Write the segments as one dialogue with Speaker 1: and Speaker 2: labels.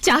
Speaker 1: 家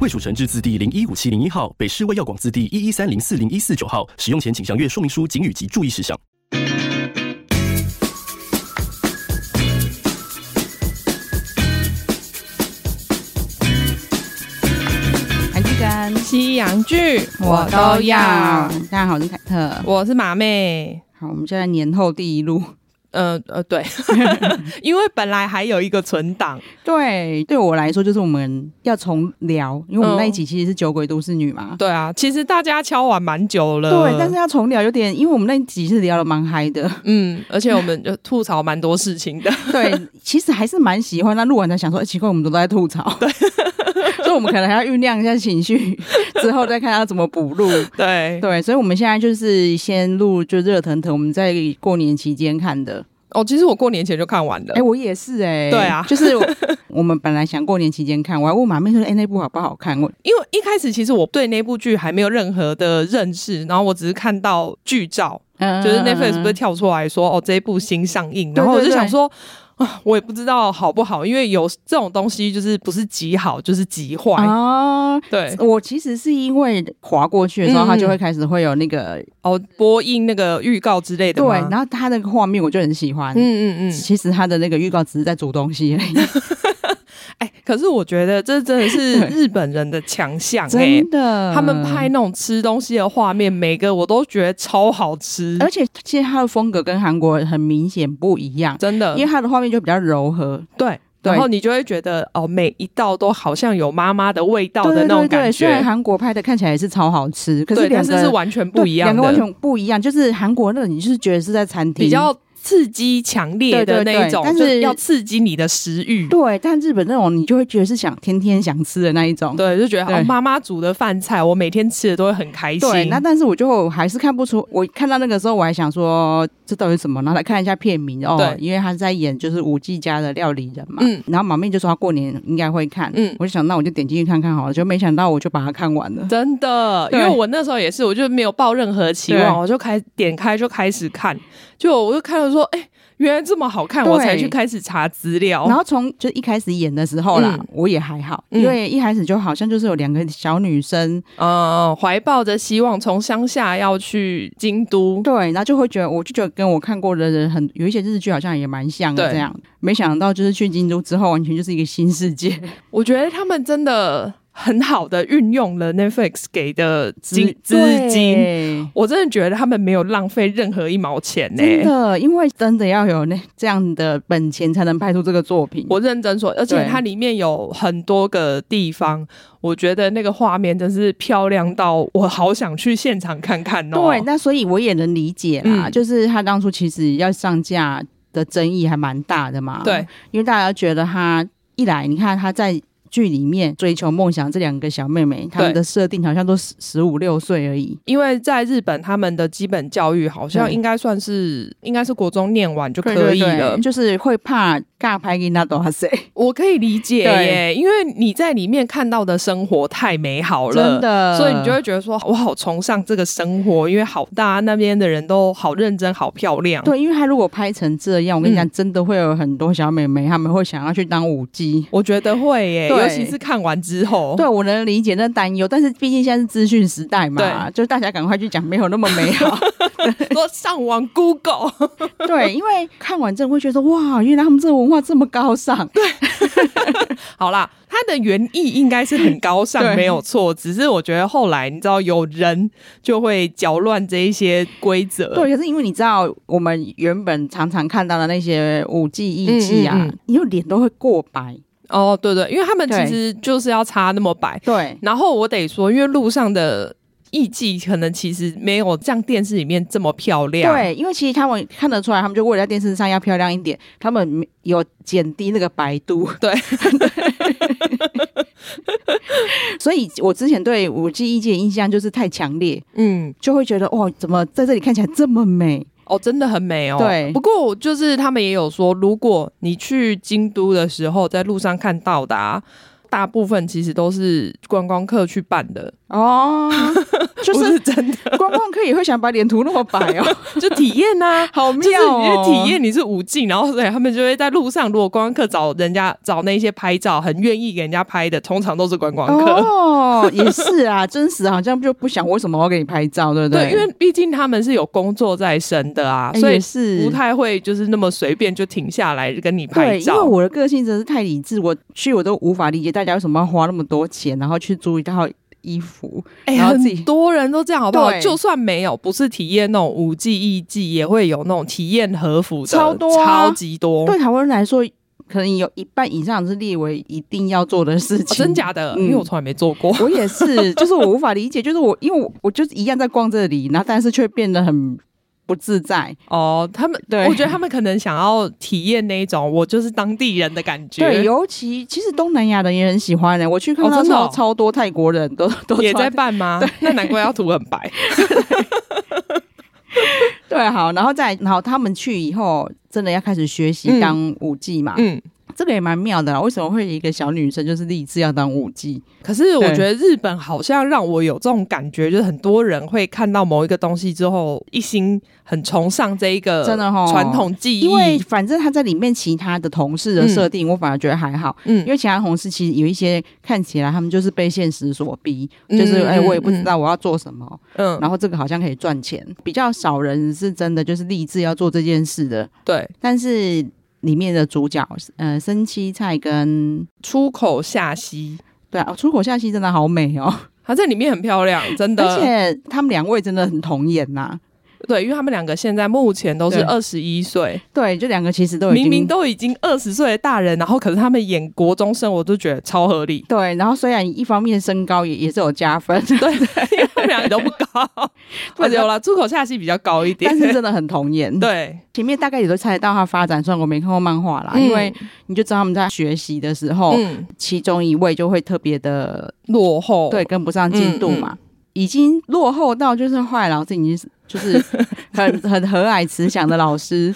Speaker 2: 卫蜀成字字第零一五七零一号，北市卫药广字第一一三零四零一四九号。使用前请详阅说明书、警语及注意事项。
Speaker 3: 韩剧跟
Speaker 4: 西洋剧
Speaker 3: 大家好，我是凯特。
Speaker 4: 我是马妹。
Speaker 3: 好，我们现在年后第一路。
Speaker 4: 呃呃，对， 因为本来还有一个存档，
Speaker 3: 对，对我来说就是我们要重聊，因为我们
Speaker 4: 嗯
Speaker 3: 那一集其实是酒鬼都市女嘛。呃
Speaker 4: 对啊，其实大家敲完蛮久了，
Speaker 3: 嗯对，但是要重聊有点，因为我们那一集是聊的蛮嗨的。
Speaker 4: 嗯，而且我们就吐槽蛮多事情的，
Speaker 3: 对，其实还是蛮喜欢。那录完才想说，哎奇怪，我们都在吐槽。 对，所以我们可能还要酝酿一下情 绪，之后再看要怎么补录。
Speaker 4: 对，
Speaker 3: 对，所以我们现在就是先录，就热腾腾，我们在过年期间看的。
Speaker 4: 哦，其实我过年前就看完了
Speaker 3: 哎、，我也是哎、
Speaker 4: 对啊
Speaker 3: 就是我我们本来想过年期间看，我还问马妹说：“哎、那部好不好看？”我
Speaker 4: 因为一开始其实我对那部剧还没有任何的认识，然后我只是看到剧照，
Speaker 3: 嗯
Speaker 4: 就是 Netflix 不是跳出来说哦这一部新上映，
Speaker 3: 对
Speaker 4: 然后我就
Speaker 3: 对对
Speaker 4: 想说。啊，我也不知道好不好，因为有这种东西就是不是极好就是极坏，
Speaker 3: 啊。
Speaker 4: 对
Speaker 3: 我其实是因为划过去的时候，
Speaker 4: 嗯
Speaker 3: 它就会开始会有那个、
Speaker 4: 哦，播映那个预告之类的
Speaker 3: 对，
Speaker 4: 吗
Speaker 3: 然后它那个画面我就很喜欢。
Speaker 4: 嗯嗯嗯，
Speaker 3: 其实它的那个预告只是在煮东西而已，
Speaker 4: 哎、可是我觉得这真的是
Speaker 3: 对
Speaker 4: 日本人的强项哎
Speaker 3: 真，的。
Speaker 4: 他们拍，那种吃东西的画面，每个我都觉得超好吃，
Speaker 3: 而且其实它的风格跟韩国很明显不一样，
Speaker 4: 真的
Speaker 3: 因为，它的画面就比较柔和，
Speaker 4: 对。
Speaker 3: 对
Speaker 4: 然后你就会觉得哦，每一道都好像有妈妈的味道的
Speaker 3: 对
Speaker 4: 那种
Speaker 3: 对对
Speaker 4: 感
Speaker 3: 对虽然
Speaker 4: 觉，
Speaker 3: 韩国拍的看起来也是超好吃，可是
Speaker 4: 对，
Speaker 3: 两
Speaker 4: 但是
Speaker 3: 个
Speaker 4: 是完全不一样
Speaker 3: 对两个
Speaker 4: 的
Speaker 3: 完，全不一样。就是韩国那个，你就是觉得是在餐厅
Speaker 4: 比较刺激强烈的
Speaker 3: 对对
Speaker 4: 那一
Speaker 3: 对
Speaker 4: 种，
Speaker 3: 但
Speaker 4: 就是要刺激你的食欲，
Speaker 3: 对，但日本那种你就会觉得是想天天想吃的那一种。
Speaker 4: 对，就觉得
Speaker 3: 对
Speaker 4: 哦，妈妈煮的饭菜，我每天吃的都会很开心。
Speaker 3: 对，那但是我就还是看不出，我看到那个时候我还想说这到底是什么，然后来看一下片名哦
Speaker 4: 对，
Speaker 3: 因为他是在演就是五 G 家的料理人嘛，
Speaker 4: 嗯
Speaker 3: 然后马妹就说她过年应该会看，
Speaker 4: 嗯
Speaker 3: 我就想那我就点进去看看好了，就没想到我就把它看完了，
Speaker 4: 真的，因
Speaker 3: 对
Speaker 4: 为我那时候也是，我就没有抱任何期望，
Speaker 3: 对
Speaker 4: 我就开点开就开始看，就我就看到说，哎、原来这么好看，
Speaker 3: 对
Speaker 4: 我才去开始查资料。
Speaker 3: 然后从就一开始演的时候啦，
Speaker 4: 嗯
Speaker 3: 我也还好，
Speaker 4: 嗯
Speaker 3: 因为一开始就好像就是有两个小女生，
Speaker 4: 呃，怀抱着希望从乡下要去京都，
Speaker 3: 对，然后就会觉得，我就觉得跟我看过的人很有一些日剧好像也蛮像的
Speaker 4: 对
Speaker 3: 这样。没想到就是去京都之后，完全就是一个新世界。
Speaker 4: 我觉得他们真的很好的运用了 Netflix 给的金资
Speaker 3: 对
Speaker 4: 金。我真的觉得他们没有浪费任何一毛钱呢、
Speaker 3: 真的，因为真的要有那这样的本钱才能拍出这个作品。
Speaker 4: 我认真说，而且
Speaker 3: 对
Speaker 4: 它里面有很多个地方，我觉得那个画面真是漂亮到我好想去现场看看哦。
Speaker 3: 对，那所以我也能理解啦，
Speaker 4: 嗯
Speaker 3: 就是他当初其实要上架的争议还蛮大的嘛。
Speaker 4: 对，
Speaker 3: 因为大家觉得他一来，你看他在。剧里面追求梦想这两个小妹妹，她们
Speaker 4: 对
Speaker 3: 的设定好像都十十五六岁而已。
Speaker 4: 因为在日本，他们的基本教育好像
Speaker 3: 对
Speaker 4: 应该算是应该是国中念完就
Speaker 3: 对
Speaker 4: 可以
Speaker 3: 对对
Speaker 4: 了。
Speaker 3: 就是会怕尬拍给那多 少岁，
Speaker 4: 我可以理解
Speaker 3: 对
Speaker 4: 耶，因为你在里面看到的生活太美好了，
Speaker 3: 真的
Speaker 4: 所以你就会觉得说，我好崇尚这个生活，因为好大那边的人都好认真、好漂亮。
Speaker 3: 对，因为他如果拍成这样，我跟你讲，
Speaker 4: 嗯
Speaker 3: 真的会有很多小美眉她们会想要去当舞姬。
Speaker 4: 我觉得会耶，
Speaker 3: 对
Speaker 4: 尤其是看完之后，
Speaker 3: 对，我能理解那担忧，但是毕竟现在是资讯时代嘛，就大家赶快去讲，没有那么美 好。
Speaker 4: 说上网 Google，
Speaker 3: 对，因为看完之后会觉得哇，原来他们这个文化这么高尚。对，
Speaker 4: 好啦，它的原意应该是很高尚，
Speaker 3: 对
Speaker 4: 没有错。只是我觉得后来你知道，有人就会搅乱这一些规则。
Speaker 3: 对，可是因为你知道，我们原本常常看到的那些舞技、艺伎啊，
Speaker 4: 嗯嗯
Speaker 3: 因为脸都会过白。
Speaker 4: 哦，对对，因为他们
Speaker 3: 对
Speaker 4: 其实就是要擦那么白。
Speaker 3: 对，
Speaker 4: 然后我得说，因为路上的艺伎可能其实没有像电视里面这么漂亮。，
Speaker 3: 对，因为其实他们看得出来，他们就为了在电视上要漂亮一点，他们有减低那个白度。
Speaker 4: 对
Speaker 3: 所以我之前对五 G 一姐的印象就是太强烈，
Speaker 4: 嗯，
Speaker 3: 就会觉得哇，怎么在这里看起来这么美？
Speaker 4: 哦，真的很美哦。
Speaker 3: 对
Speaker 4: 不过就是他们也有说，如果你去京都的时候，在路上看到的、啊，大部分其实都是观光客去办的，
Speaker 3: 哦，就
Speaker 4: 不
Speaker 3: 是
Speaker 4: 真的，
Speaker 3: 观光客也会想把脸涂那么白哦，
Speaker 4: 就体验呐、啊。
Speaker 3: 好
Speaker 4: 就是
Speaker 3: 妙
Speaker 4: 你
Speaker 3: 哦！
Speaker 4: 去体验你是五进，然后所以他们就会在路上，如果观光客找人家找那些拍照，很愿意给人家拍的，通常都是观光客。
Speaker 3: 哦，也是啊，真实好像就不想为什么我要给你拍照，对不
Speaker 4: 对，
Speaker 3: 对？
Speaker 4: 因为毕竟他们是有工作在身的啊，
Speaker 3: 哎
Speaker 4: 所以
Speaker 3: 也是
Speaker 4: 不太会就是那么随便就停下来跟你拍
Speaker 3: 对，因
Speaker 4: 照。
Speaker 3: 为我的个性真的是太理智，我去我都无法理解大家为什么要花那么多钱，然后去租一套衣服，
Speaker 4: 哎、
Speaker 3: 然后自己
Speaker 4: 很多人都这样，好不好？
Speaker 3: 对
Speaker 4: 就算没有，不是体验那种五 G、E G，也会有那种体验和服的，
Speaker 3: 超多啊
Speaker 4: 超级多。
Speaker 3: 对台湾人来说，可能有一半以上是列为一定要做的事
Speaker 4: 哦
Speaker 3: 情，
Speaker 4: 真？假的，
Speaker 3: 嗯
Speaker 4: 因为我从来没 做过。
Speaker 3: 我也 是，就是我无法理解，就是我因为我我就是一样在逛这里，然后但是却变得很不自在。
Speaker 4: 哦，他们，
Speaker 3: 对
Speaker 4: 我觉得他们可能想要体验那一种我就是当地人的感觉，
Speaker 3: 对，尤其其实东南亚人也很喜欢的、我去看
Speaker 4: 哦
Speaker 3: 到
Speaker 4: 真的
Speaker 3: 超、
Speaker 4: 哦
Speaker 3: 超多泰国人都 都
Speaker 4: 也
Speaker 3: 穿
Speaker 4: 在办吗？那难怪要涂很 白。
Speaker 3: 对，好，然后再然后他们去以后，真的要开始学习
Speaker 4: 嗯
Speaker 3: 当舞技嘛，
Speaker 4: 嗯，
Speaker 3: 这个也蛮妙的啦。啊为什么会有一个小女生就是立志要当舞技？
Speaker 4: 可是我
Speaker 3: 对
Speaker 4: 觉得日本好像让我有这种感觉，就是很多人会看到某一个东西之后，一心很崇尚这一个
Speaker 3: 真的吼
Speaker 4: 传统技艺，
Speaker 3: 因为反正她在里面其他的同事的设定，我反而觉得还好。
Speaker 4: 嗯
Speaker 3: 因为其他同事其实有一些看起来他们就是被现实所逼，
Speaker 4: 嗯
Speaker 3: 就是哎、
Speaker 4: 嗯
Speaker 3: 我也不知道我要做什么，
Speaker 4: 嗯，
Speaker 3: 然后这个好像可以赚钱，比较少人是真的就是立志要做这件事的。
Speaker 4: 对，
Speaker 3: 但是里面的主角，呃，生七菜跟
Speaker 4: 出口下西，
Speaker 3: 对啊，出口夏希真的好美哦，
Speaker 4: 她在里面很漂亮，真
Speaker 3: 而
Speaker 4: 的。
Speaker 3: 且他们两位真的很童颜呐、
Speaker 4: 对，因为他们两个现在目前都是
Speaker 3: 对
Speaker 4: 二十一岁，
Speaker 3: 对，就两个其实都已经。
Speaker 4: 明明都已经二十岁的大人，然后可是他们演国中生，我都觉得超合理
Speaker 3: 对，然后虽然一方面身高也也是有加分，
Speaker 4: 对，因为他们两个都不 高，啊
Speaker 3: 对
Speaker 4: 有了出口下西比较高一点
Speaker 3: 但，是真的很童颜。，
Speaker 4: 对，
Speaker 3: 前面大概也都猜得到他发展，虽然我没看过漫画啦，因为你就知道他们在学习的时候，
Speaker 4: 嗯
Speaker 3: 其中一位就会特别的
Speaker 4: 落后，
Speaker 3: 对跟不上进
Speaker 4: 嗯
Speaker 3: 度嘛，已经落后到就是后来老师已经就是很很和蔼慈祥的老师，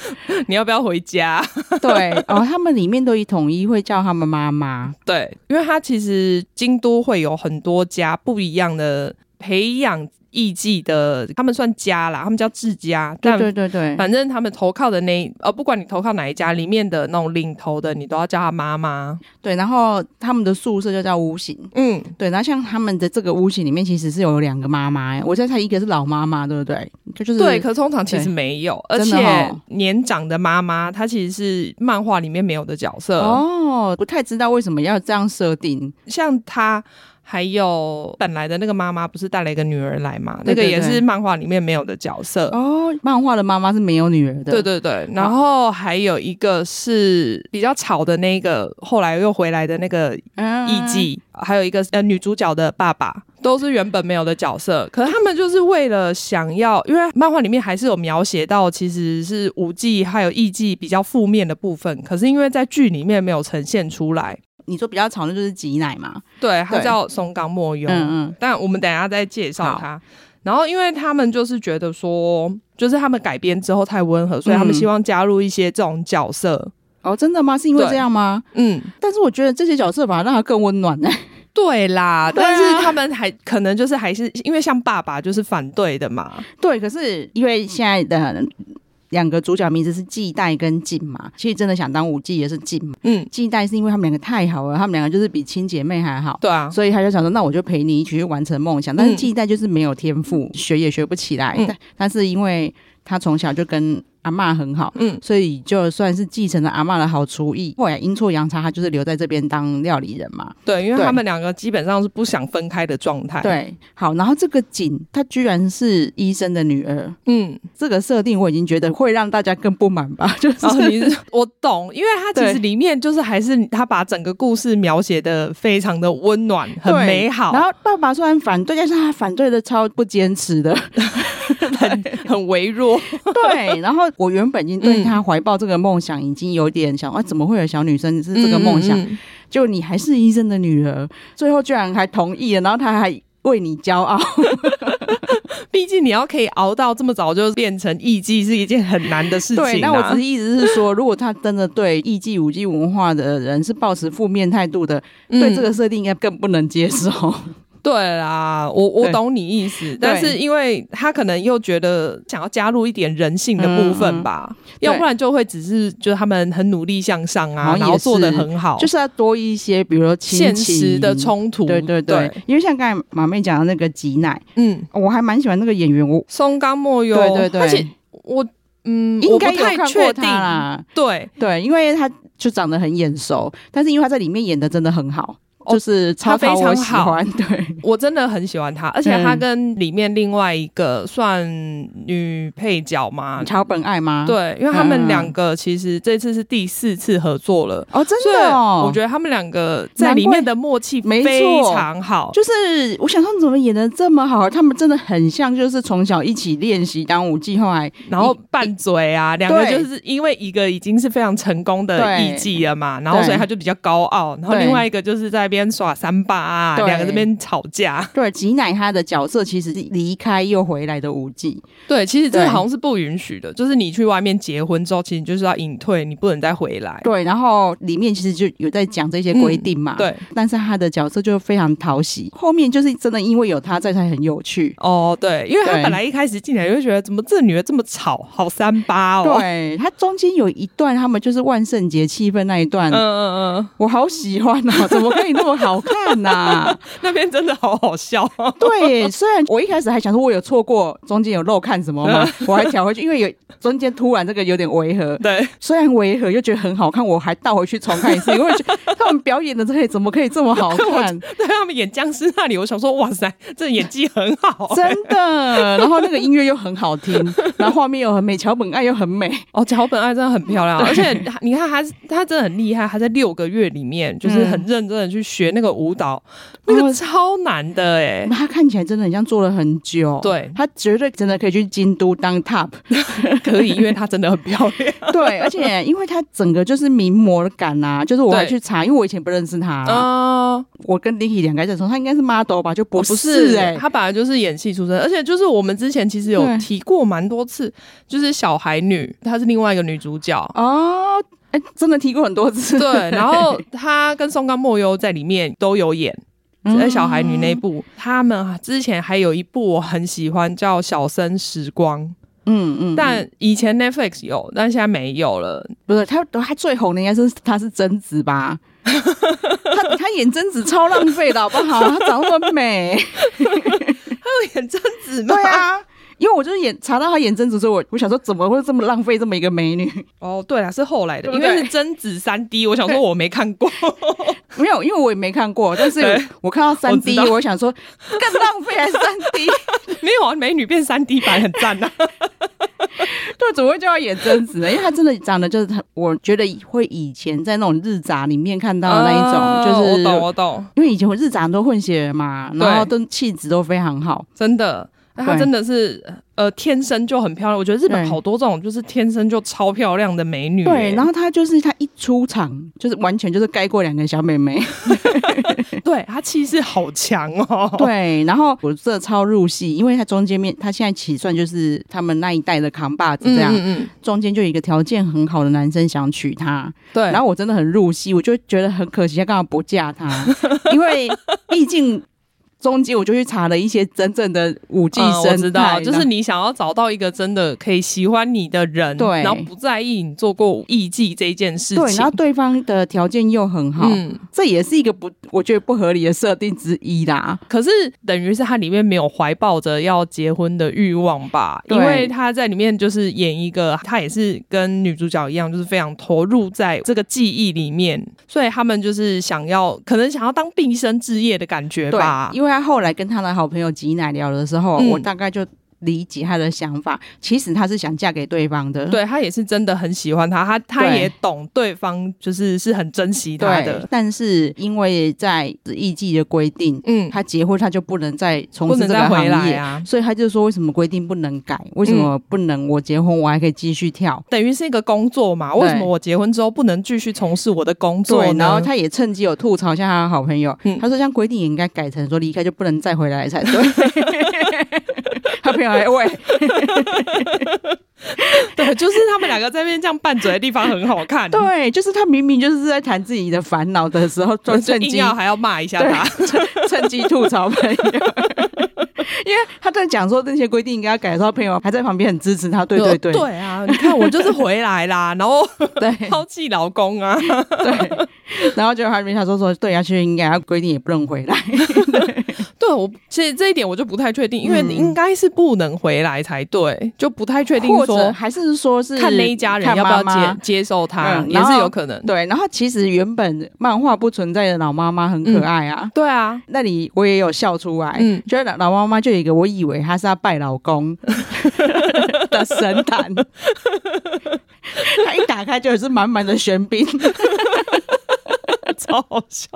Speaker 4: 你要不要回家？
Speaker 3: 对，哦，他们里面都一统一会叫他们妈妈，
Speaker 4: 对，因为它其实京都会有很多家不一样的培养艺伎的，他们算家啦，他们叫制家，
Speaker 3: 对
Speaker 4: 但
Speaker 3: 对对对，
Speaker 4: 反正他们投靠的那一呃，不管你投靠哪一家，里面的那种领头的，你都要叫他妈妈。
Speaker 3: 对，然后他们的宿舍就叫屋型，
Speaker 4: 嗯，
Speaker 3: 对，然后像他们的这个屋型里面其实是有两个妈妈，欸我在猜一个是老妈妈，对不对？就就是
Speaker 4: 对。可通常其实没有，而
Speaker 3: 真
Speaker 4: 且
Speaker 3: 的哦
Speaker 4: 年长的妈妈她其实是漫画里面没有的角色，
Speaker 3: 哦，不太知道为什么要这样设定，
Speaker 4: 像她。还有本来的那个妈妈不是带了一个女儿来嘛？
Speaker 3: 对对
Speaker 4: 那个也
Speaker 3: 对
Speaker 4: 是漫画里面没有的角色
Speaker 3: 哦，漫画的妈妈是没有女儿的，
Speaker 4: 对对对，然后还有一个是比较吵的那个，后来又回来的那个
Speaker 3: 嗯，
Speaker 4: 艺妓，还有一个呃女主角的爸爸，都是原本没有的角色。可是他们就是为了想要，因为漫画里面还是有描写到，其实是舞伎还有艺伎比较负面的部分，可是因为在剧里面没有呈现出来。
Speaker 3: 你说比较吵的就是挤奶嘛，
Speaker 4: 对，他
Speaker 3: 对
Speaker 4: 叫松冈莫优。
Speaker 3: 嗯嗯，
Speaker 4: 但我们等一下再介绍
Speaker 3: 好
Speaker 4: 他。然后，因为他们就是觉得说，就是他们改编之后太温和，所以他们
Speaker 3: 嗯
Speaker 4: 希望加入一些这种角色。
Speaker 3: 哦，真的吗？是因为
Speaker 4: 对
Speaker 3: 这样吗？
Speaker 4: 嗯，
Speaker 3: 但是我觉得这些角色反而让他更温暖欸呢、
Speaker 4: 对啦，
Speaker 3: 对啊
Speaker 4: 但是他们还可能就是还是因为像爸爸就是反对的嘛。
Speaker 3: 对，可是因为现在的两个主角名字是纪代跟静嘛，其实真的想当舞伎也是静嘛。
Speaker 4: 嗯，
Speaker 3: 纪代是因为他们两个太好了，他们两个就是比亲姐妹还好。
Speaker 4: 对啊，
Speaker 3: 所以他就想说，那我就陪你一起去完成梦想。但是
Speaker 4: 嗯
Speaker 3: 纪代就是没有天赋，学也学不起来。
Speaker 4: 嗯
Speaker 3: 但但是因为他从小就跟阿嬷很好，
Speaker 4: 嗯，
Speaker 3: 所以就算是继承了阿嬷的好厨艺。后来阴错阳差，他就是留在这边当料理人嘛。
Speaker 4: 对，因为
Speaker 3: 对
Speaker 4: 他们两个基本上是不想分开的状态。，
Speaker 3: 对，好，然后这个景，她居然是医生的女儿，
Speaker 4: 嗯，
Speaker 3: 这个设定我已经觉得会让大家更不满吧，就是、
Speaker 4: 然后哦你 是我懂，因为他其
Speaker 3: 对
Speaker 4: 实里面就是还是他把整个故事描写的非常的温暖，很
Speaker 3: 对
Speaker 4: 美好，
Speaker 3: 然后爸爸虽然反对，但是他反对的超不坚持的。
Speaker 4: 很很微弱。
Speaker 3: 对，然后我原本已经
Speaker 4: 嗯
Speaker 3: 对他怀抱这个梦想，已经有点想，啊，怎么会有小女生 是这个梦想？
Speaker 4: 嗯，嗯
Speaker 3: 就你还是医生的女儿，最后居然还同意了，然后他还为你骄傲。
Speaker 4: 嗯毕竟你要可以熬到这么早就变成艺妓是一件很难的事情、啊。
Speaker 3: 对，那我只是意思是说，如果他真的对艺伎舞伎文化的人是抱持负面态度的，对
Speaker 4: 嗯
Speaker 3: 这个设定应该更不能接受。
Speaker 4: 对啦，我我
Speaker 3: 对
Speaker 4: 懂你意思，但是因为他可能又觉得想要加入一点人性的部分吧，
Speaker 3: 嗯
Speaker 4: 要不然就会只是就是他们很努力向上
Speaker 3: 好
Speaker 4: 啊，
Speaker 3: 像
Speaker 4: 然后
Speaker 3: 也是
Speaker 4: 做的很好，
Speaker 3: 就是要多一些，比如说亲
Speaker 4: 现
Speaker 3: 情
Speaker 4: 实的。冲突，
Speaker 3: 对对对，因为像刚才马妹讲的那个吉乃，
Speaker 4: 嗯，
Speaker 3: 我还蛮喜欢那个演员，我
Speaker 4: 松冈莫优，
Speaker 3: 对对对
Speaker 4: 而且我嗯，
Speaker 3: 应该
Speaker 4: 我不
Speaker 3: 有
Speaker 4: 太
Speaker 3: 看
Speaker 4: 确
Speaker 3: 过
Speaker 4: 定
Speaker 3: 他，啦。
Speaker 4: 对，
Speaker 3: 对，因为他就长得很眼熟，但是因为他在里面演的真的很好，
Speaker 4: 哦
Speaker 3: 就是超
Speaker 4: 他
Speaker 3: 讨
Speaker 4: 非
Speaker 3: 我
Speaker 4: 常
Speaker 3: 喜欢。对，
Speaker 4: 我真的很喜欢他，而且
Speaker 3: 嗯
Speaker 4: 他跟里面另外一个算女配角嘛，
Speaker 3: 桥本爱吗？，
Speaker 4: 对，因为他们
Speaker 3: 嗯
Speaker 4: 两个其实这次是第四次合作了。
Speaker 3: 哦，真
Speaker 4: 所以
Speaker 3: 的哦，
Speaker 4: 我觉得他们两个在里面的默契
Speaker 3: 难怪没
Speaker 4: 非
Speaker 3: 错
Speaker 4: 常好。
Speaker 3: 就是我想他们怎么演的这么好，他们真的很像，就是从小一起练习当舞技，后来
Speaker 4: 然后拌嘴啊，两个
Speaker 3: 对
Speaker 4: 就是因为一个已经是非常成功的
Speaker 3: 对
Speaker 4: 艺伎了嘛，然后所以他就比较高傲，然后
Speaker 3: 对
Speaker 4: 另外一个就是在那边耍三八啊，
Speaker 3: 对
Speaker 4: 两个这边吵架。
Speaker 3: 对吉乃他的角色其实是离开又回来的舞技，
Speaker 4: 对，其实这
Speaker 3: 对
Speaker 4: 好像是不允许的，就是你去外面结婚之后，其实你就是要隐退，你不能再回来。
Speaker 3: 对，然后里面其实就有在讲这些规定嘛，
Speaker 4: 嗯对，
Speaker 3: 但是他的角色就非常讨喜，后面就是真的因为有他在才很有趣。
Speaker 4: 哦，对，因为他
Speaker 3: 对
Speaker 4: 本来一开始进来就会觉得，怎么这女的这么吵，好三八哦。
Speaker 3: 对他中间有一段，他们就是万圣节气氛那一段，
Speaker 4: 嗯嗯嗯，
Speaker 3: 我好喜欢 哦，怎么可以那么好看呐、
Speaker 4: 那边真的好好笑、哦。
Speaker 3: 对，虽然我一开始还想说，我有错过中间有漏看什么吗？
Speaker 4: 嗯
Speaker 3: 我还调回去，因为有中间突然这个有点违和，
Speaker 4: 对，
Speaker 3: 虽然违和又觉得很好看，我还倒回去重看一次，因为我觉得他们表演的这个怎么可以这么 好看？
Speaker 4: 对他们演僵尸那里，我想说，哇塞，这演技 很好、
Speaker 3: 真的，然后那个音乐又很好 听，然后画面又很美，桥本爱又很美，
Speaker 4: 哦，桥本爱真的很漂亮，
Speaker 3: 对
Speaker 4: 而且她你看她，她真的很厉害，她在六个月里面就是
Speaker 3: 嗯
Speaker 4: 很认真的去学那个舞蹈，那
Speaker 3: 哦
Speaker 4: 个超难的哎、
Speaker 3: 他看起来真的很像做了很久，
Speaker 4: 对
Speaker 3: 他绝对真的可以去京都当 top，
Speaker 4: 可以，因为她真的很漂 亮。
Speaker 3: 对，而且因为他整个就是名模感啊，就是我还
Speaker 4: 对
Speaker 3: 去查，因为我以前不认识他，
Speaker 4: 哦，
Speaker 3: 我跟 Dicky 两个人在说，他应该是 model 吧，就
Speaker 4: 我
Speaker 3: 不是哎、
Speaker 4: 她本来哦就是演戏出身，而且就是我们之前其实有
Speaker 3: 对
Speaker 4: 提过蛮多次，就是小孩女，她是另外一个女主角。
Speaker 3: 哦，哎、真的提过很多次，
Speaker 4: 对，然后她跟松冈莫优在里面都有演，
Speaker 3: 嗯
Speaker 4: 在小孩女那一部，他们啊之前还有一部我很喜欢叫《小生时光》，
Speaker 3: 嗯嗯，
Speaker 4: 但以前 Netflix 有，但现在没有了。
Speaker 3: 不是他，他最红的应该是他是贞子 吧？他他演贞子超浪费的好不好？他长那么 美，
Speaker 4: 演贞子
Speaker 3: 对啊。因为我就是演查到他演贞子，所以我我想说怎么会这么浪费这么一个美女？
Speaker 4: 哦，对了，是后来的，
Speaker 3: 对不
Speaker 4: 因
Speaker 3: 对
Speaker 4: 为是贞子三 D，我想说我没 看过。
Speaker 3: 没有，因为我也没看过，但是
Speaker 4: 对
Speaker 3: 我看到三
Speaker 4: 我知
Speaker 3: D，
Speaker 4: 道
Speaker 3: 我想说更浪费还是三 D，
Speaker 4: 没有啊，美女变三 D 版很 赞呐、啊。
Speaker 3: 对，怎么会叫他演贞子呢？因为他真的长得就是他，我觉得会以前在那种日杂里面看到的那一种，就是
Speaker 4: 啊哦我懂，我懂，
Speaker 3: 因为以前我日杂都混血儿嘛，然后都气质都非常好。
Speaker 4: 真的。那她
Speaker 3: 对
Speaker 4: 真的是，呃，天生就很漂亮。我觉得日本
Speaker 3: 对
Speaker 4: 好多这种就是天生就超漂亮的美女、
Speaker 3: 对，然后
Speaker 4: 后
Speaker 3: 她就是她一出场就是完全就是盖过两个小妹妹。
Speaker 4: 对她气势好强哦。
Speaker 3: 对，然后我真的超入戏，因为她中间面她现在起算就是他们那一代的扛把子
Speaker 4: 嗯，
Speaker 3: 这样，
Speaker 4: 嗯嗯，
Speaker 3: 中间就有一个条件很好的男生想娶她，
Speaker 4: 对。
Speaker 3: 然后我真的很入戏，我就觉得很可惜，她干嘛不嫁他？因为毕竟。中间我就去查了一些真正的武技
Speaker 4: 嗯我
Speaker 3: 生
Speaker 4: 知
Speaker 3: 态
Speaker 4: 道，就是你想要找到一个真的可以喜欢你的人，
Speaker 3: 对
Speaker 4: 然后不在意你做过艺妓这件事情，
Speaker 3: 对，然后对方的条件又很好，
Speaker 4: 嗯，
Speaker 3: 这也是一个不我觉得不合理的设定之一啦。
Speaker 4: 可是等于是他里面没有怀抱着要结婚的欲望吧？
Speaker 3: 对
Speaker 4: 因为他在里面就是演一个，他也是跟女主角一样，就是非常投入在这个记忆里面，所以他们就是想要，可能想要当毕生置业的感觉
Speaker 3: 对
Speaker 4: 吧，。
Speaker 3: 因为他后来跟他的好朋友吉乃聊的时候，
Speaker 4: 嗯
Speaker 3: 我大概就理解他的想法。其实他是想嫁给对方的，
Speaker 4: 对他也是真的很喜欢他，他他
Speaker 3: 对
Speaker 4: 也懂对方，就是是很珍惜他
Speaker 3: 对
Speaker 4: 的，，
Speaker 3: 但是因为在艺妓的规定，
Speaker 4: 嗯，
Speaker 3: 他结婚他就不能再从
Speaker 4: 不
Speaker 3: 事
Speaker 4: 能
Speaker 3: 这个
Speaker 4: 再
Speaker 3: 行
Speaker 4: 回来
Speaker 3: 业。
Speaker 4: 啊。
Speaker 3: 所以他就说，为什么规定不能改？为什么不能我结婚我还可以继续跳？
Speaker 4: 等于是一个工作嘛？为什么我结婚之后不能继续从事我的工作
Speaker 3: 对，
Speaker 4: 呢？
Speaker 3: 然后他也趁机有吐槽一下他的好朋友，
Speaker 4: 嗯
Speaker 3: 他说这样规定也应该改成说离开就不能再回来才 对。他朋友还喂，
Speaker 4: 对，就是他们两个在那边这样拌嘴的地方很好看。
Speaker 3: 对，就是他明明就是在谈自己的烦恼的时候，就
Speaker 4: 就
Speaker 3: 趁
Speaker 4: 硬
Speaker 3: 机
Speaker 4: 要还要骂一下
Speaker 3: 对
Speaker 4: 他。
Speaker 3: 趁趁机吐槽朋友，因为他在讲说那些规定应该要改的时候，朋友还在旁边很支持他，对对对
Speaker 4: 对啊！你看我就是回来啦，然 后
Speaker 3: 对
Speaker 4: 抛弃老公 啊，
Speaker 3: 对，然后就他边想说说对下去应该要规定也不能回来，
Speaker 4: 对我其实这一点我就不太确定，因为
Speaker 3: 嗯
Speaker 4: 应该是不能回来才对，就不太确定
Speaker 3: 或者
Speaker 4: 说
Speaker 3: 还是说是
Speaker 4: 看那一家人
Speaker 3: 看
Speaker 4: 要不要
Speaker 3: 妈妈
Speaker 4: 接接受他，
Speaker 3: 嗯
Speaker 4: 也
Speaker 3: 然
Speaker 4: 是
Speaker 3: 后
Speaker 4: 有可能。
Speaker 3: 对，然后其实原本漫画不存在的老妈妈很可爱啊，
Speaker 4: 对啊，
Speaker 3: 那里我也有笑出来，
Speaker 4: 嗯
Speaker 3: 就是老老妈妈就有一个，我以为她是要拜老 公的神坛，她一打开就是满满的玄 彬，
Speaker 4: 超好笑，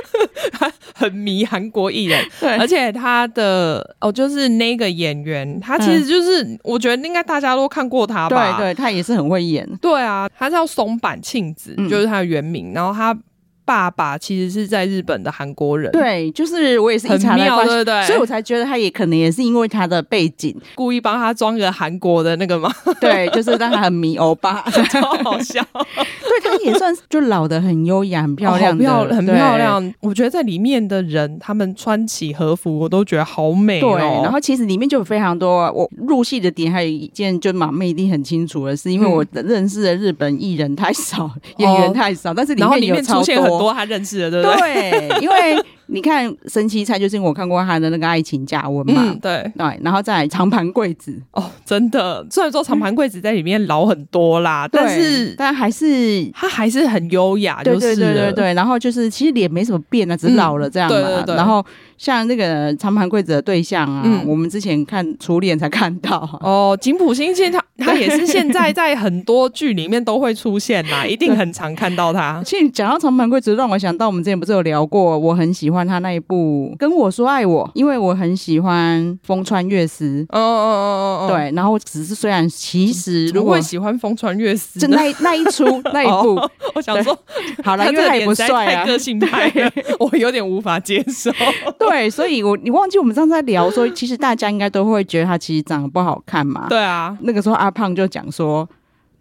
Speaker 4: 他很迷韩国艺人，
Speaker 3: 对
Speaker 4: 而且他的哦，就是那个演员，他其实就是、我觉得应该大家都看过他吧，
Speaker 3: 对对，她也是很会演，
Speaker 4: 对啊，他叫松坂庆子，
Speaker 3: 嗯
Speaker 4: 就是他的原名。然后他爸爸其实是在日本的韩国人，，
Speaker 3: 对，就是我也是一查
Speaker 4: 很
Speaker 3: 才
Speaker 4: 妙
Speaker 3: 发
Speaker 4: 对
Speaker 3: 现，
Speaker 4: 不对
Speaker 3: 所以我才觉得她也可能也是因为她的背景，
Speaker 4: 故意帮他装个韩国的那个嘛，
Speaker 3: 对，就是让她很迷欧 巴，
Speaker 4: 超 好笑，
Speaker 3: 对她也算是就老的很优雅、很漂
Speaker 4: 哦好
Speaker 3: 亮的、
Speaker 4: 漂很
Speaker 3: 对
Speaker 4: 漂。亮。我觉得在里面的人，他们穿起和服，我都觉得好美、哦。
Speaker 3: 对，然后其实里面就有非常多我入戏的点，还有一件就马妹一定很清楚的是，因为
Speaker 4: 嗯哦
Speaker 3: 我认识的日本艺人太少，演员太少，但是里
Speaker 4: 然后
Speaker 3: 面
Speaker 4: 里
Speaker 3: 有
Speaker 4: 面
Speaker 3: 超
Speaker 4: 出现很多他认识的，对不 对？
Speaker 3: 对，因为你看神奇菜，就是因为我看过他的那个《爱情加温》嘛
Speaker 4: 嗯，，对，
Speaker 3: 对，然后再来长盘贵子，
Speaker 4: 哦，真的。虽然说长盘贵子在里面老很多啦，但
Speaker 3: 嗯对
Speaker 4: 是
Speaker 3: 但还是。
Speaker 4: 他还是很优雅，
Speaker 3: 对
Speaker 4: 啊就
Speaker 3: 对
Speaker 4: 是
Speaker 3: 对对
Speaker 4: 了
Speaker 3: 对，然后就是其实脸没什么变啊，只是
Speaker 4: 嗯
Speaker 3: 老了这样嘛。
Speaker 4: 对对对
Speaker 3: 然后像那个长盘贵子的对象啊，
Speaker 4: 嗯
Speaker 3: 我们之前看初恋才看到啊、
Speaker 4: 哦，井浦新现他他也是现在在很多剧里面都会出现 啦，一定很常看到他。
Speaker 3: 其实讲到长盘贵子，让我想到我们之前不是有聊过，我很喜欢他那一部《跟我说爱我》，因为我很喜欢风川月司。
Speaker 4: 哦哦哦哦哦，
Speaker 3: 对，然后只是虽然其实
Speaker 4: 怎
Speaker 3: 如
Speaker 4: 么
Speaker 3: 果
Speaker 4: 会喜欢风川月司
Speaker 3: 就
Speaker 4: 呢？
Speaker 3: 那一那一出那一部，
Speaker 4: 哦， 我想说，
Speaker 3: 好了，
Speaker 4: 他
Speaker 3: 因
Speaker 4: 这
Speaker 3: 为
Speaker 4: 个
Speaker 3: 他也
Speaker 4: 脸
Speaker 3: 不
Speaker 4: 实在
Speaker 3: 帅啊
Speaker 4: 太。个性派了，我有点无法接受。
Speaker 3: 对，所以我你忘记我们上次在聊说，其实大家应该都会觉得他其实长得不好看 嘛。
Speaker 4: 对啊，
Speaker 3: 那个时候阿胖就讲说。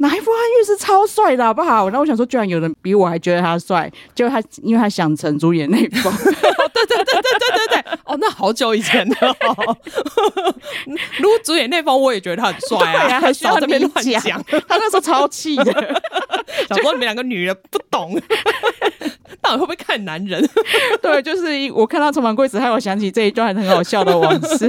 Speaker 3: 哪一副汉月是超帅的好不好？然后我想说，居然有人比我还觉得他帅，结果他因为他想成主演那一 部，
Speaker 4: 哦，那好久以 前的哦。如果主演那方，我也觉得他很帅
Speaker 3: 对啊
Speaker 4: 啊，
Speaker 3: 还需要
Speaker 4: 少这边
Speaker 3: 你
Speaker 4: 乱
Speaker 3: 讲
Speaker 4: 讲。
Speaker 3: 他那时候超气的。
Speaker 4: 想说你们两个女人不懂， 到底会不会看男人？
Speaker 3: 对，就是一我看到重盘贵子，害我想起这一段很好笑的往 事。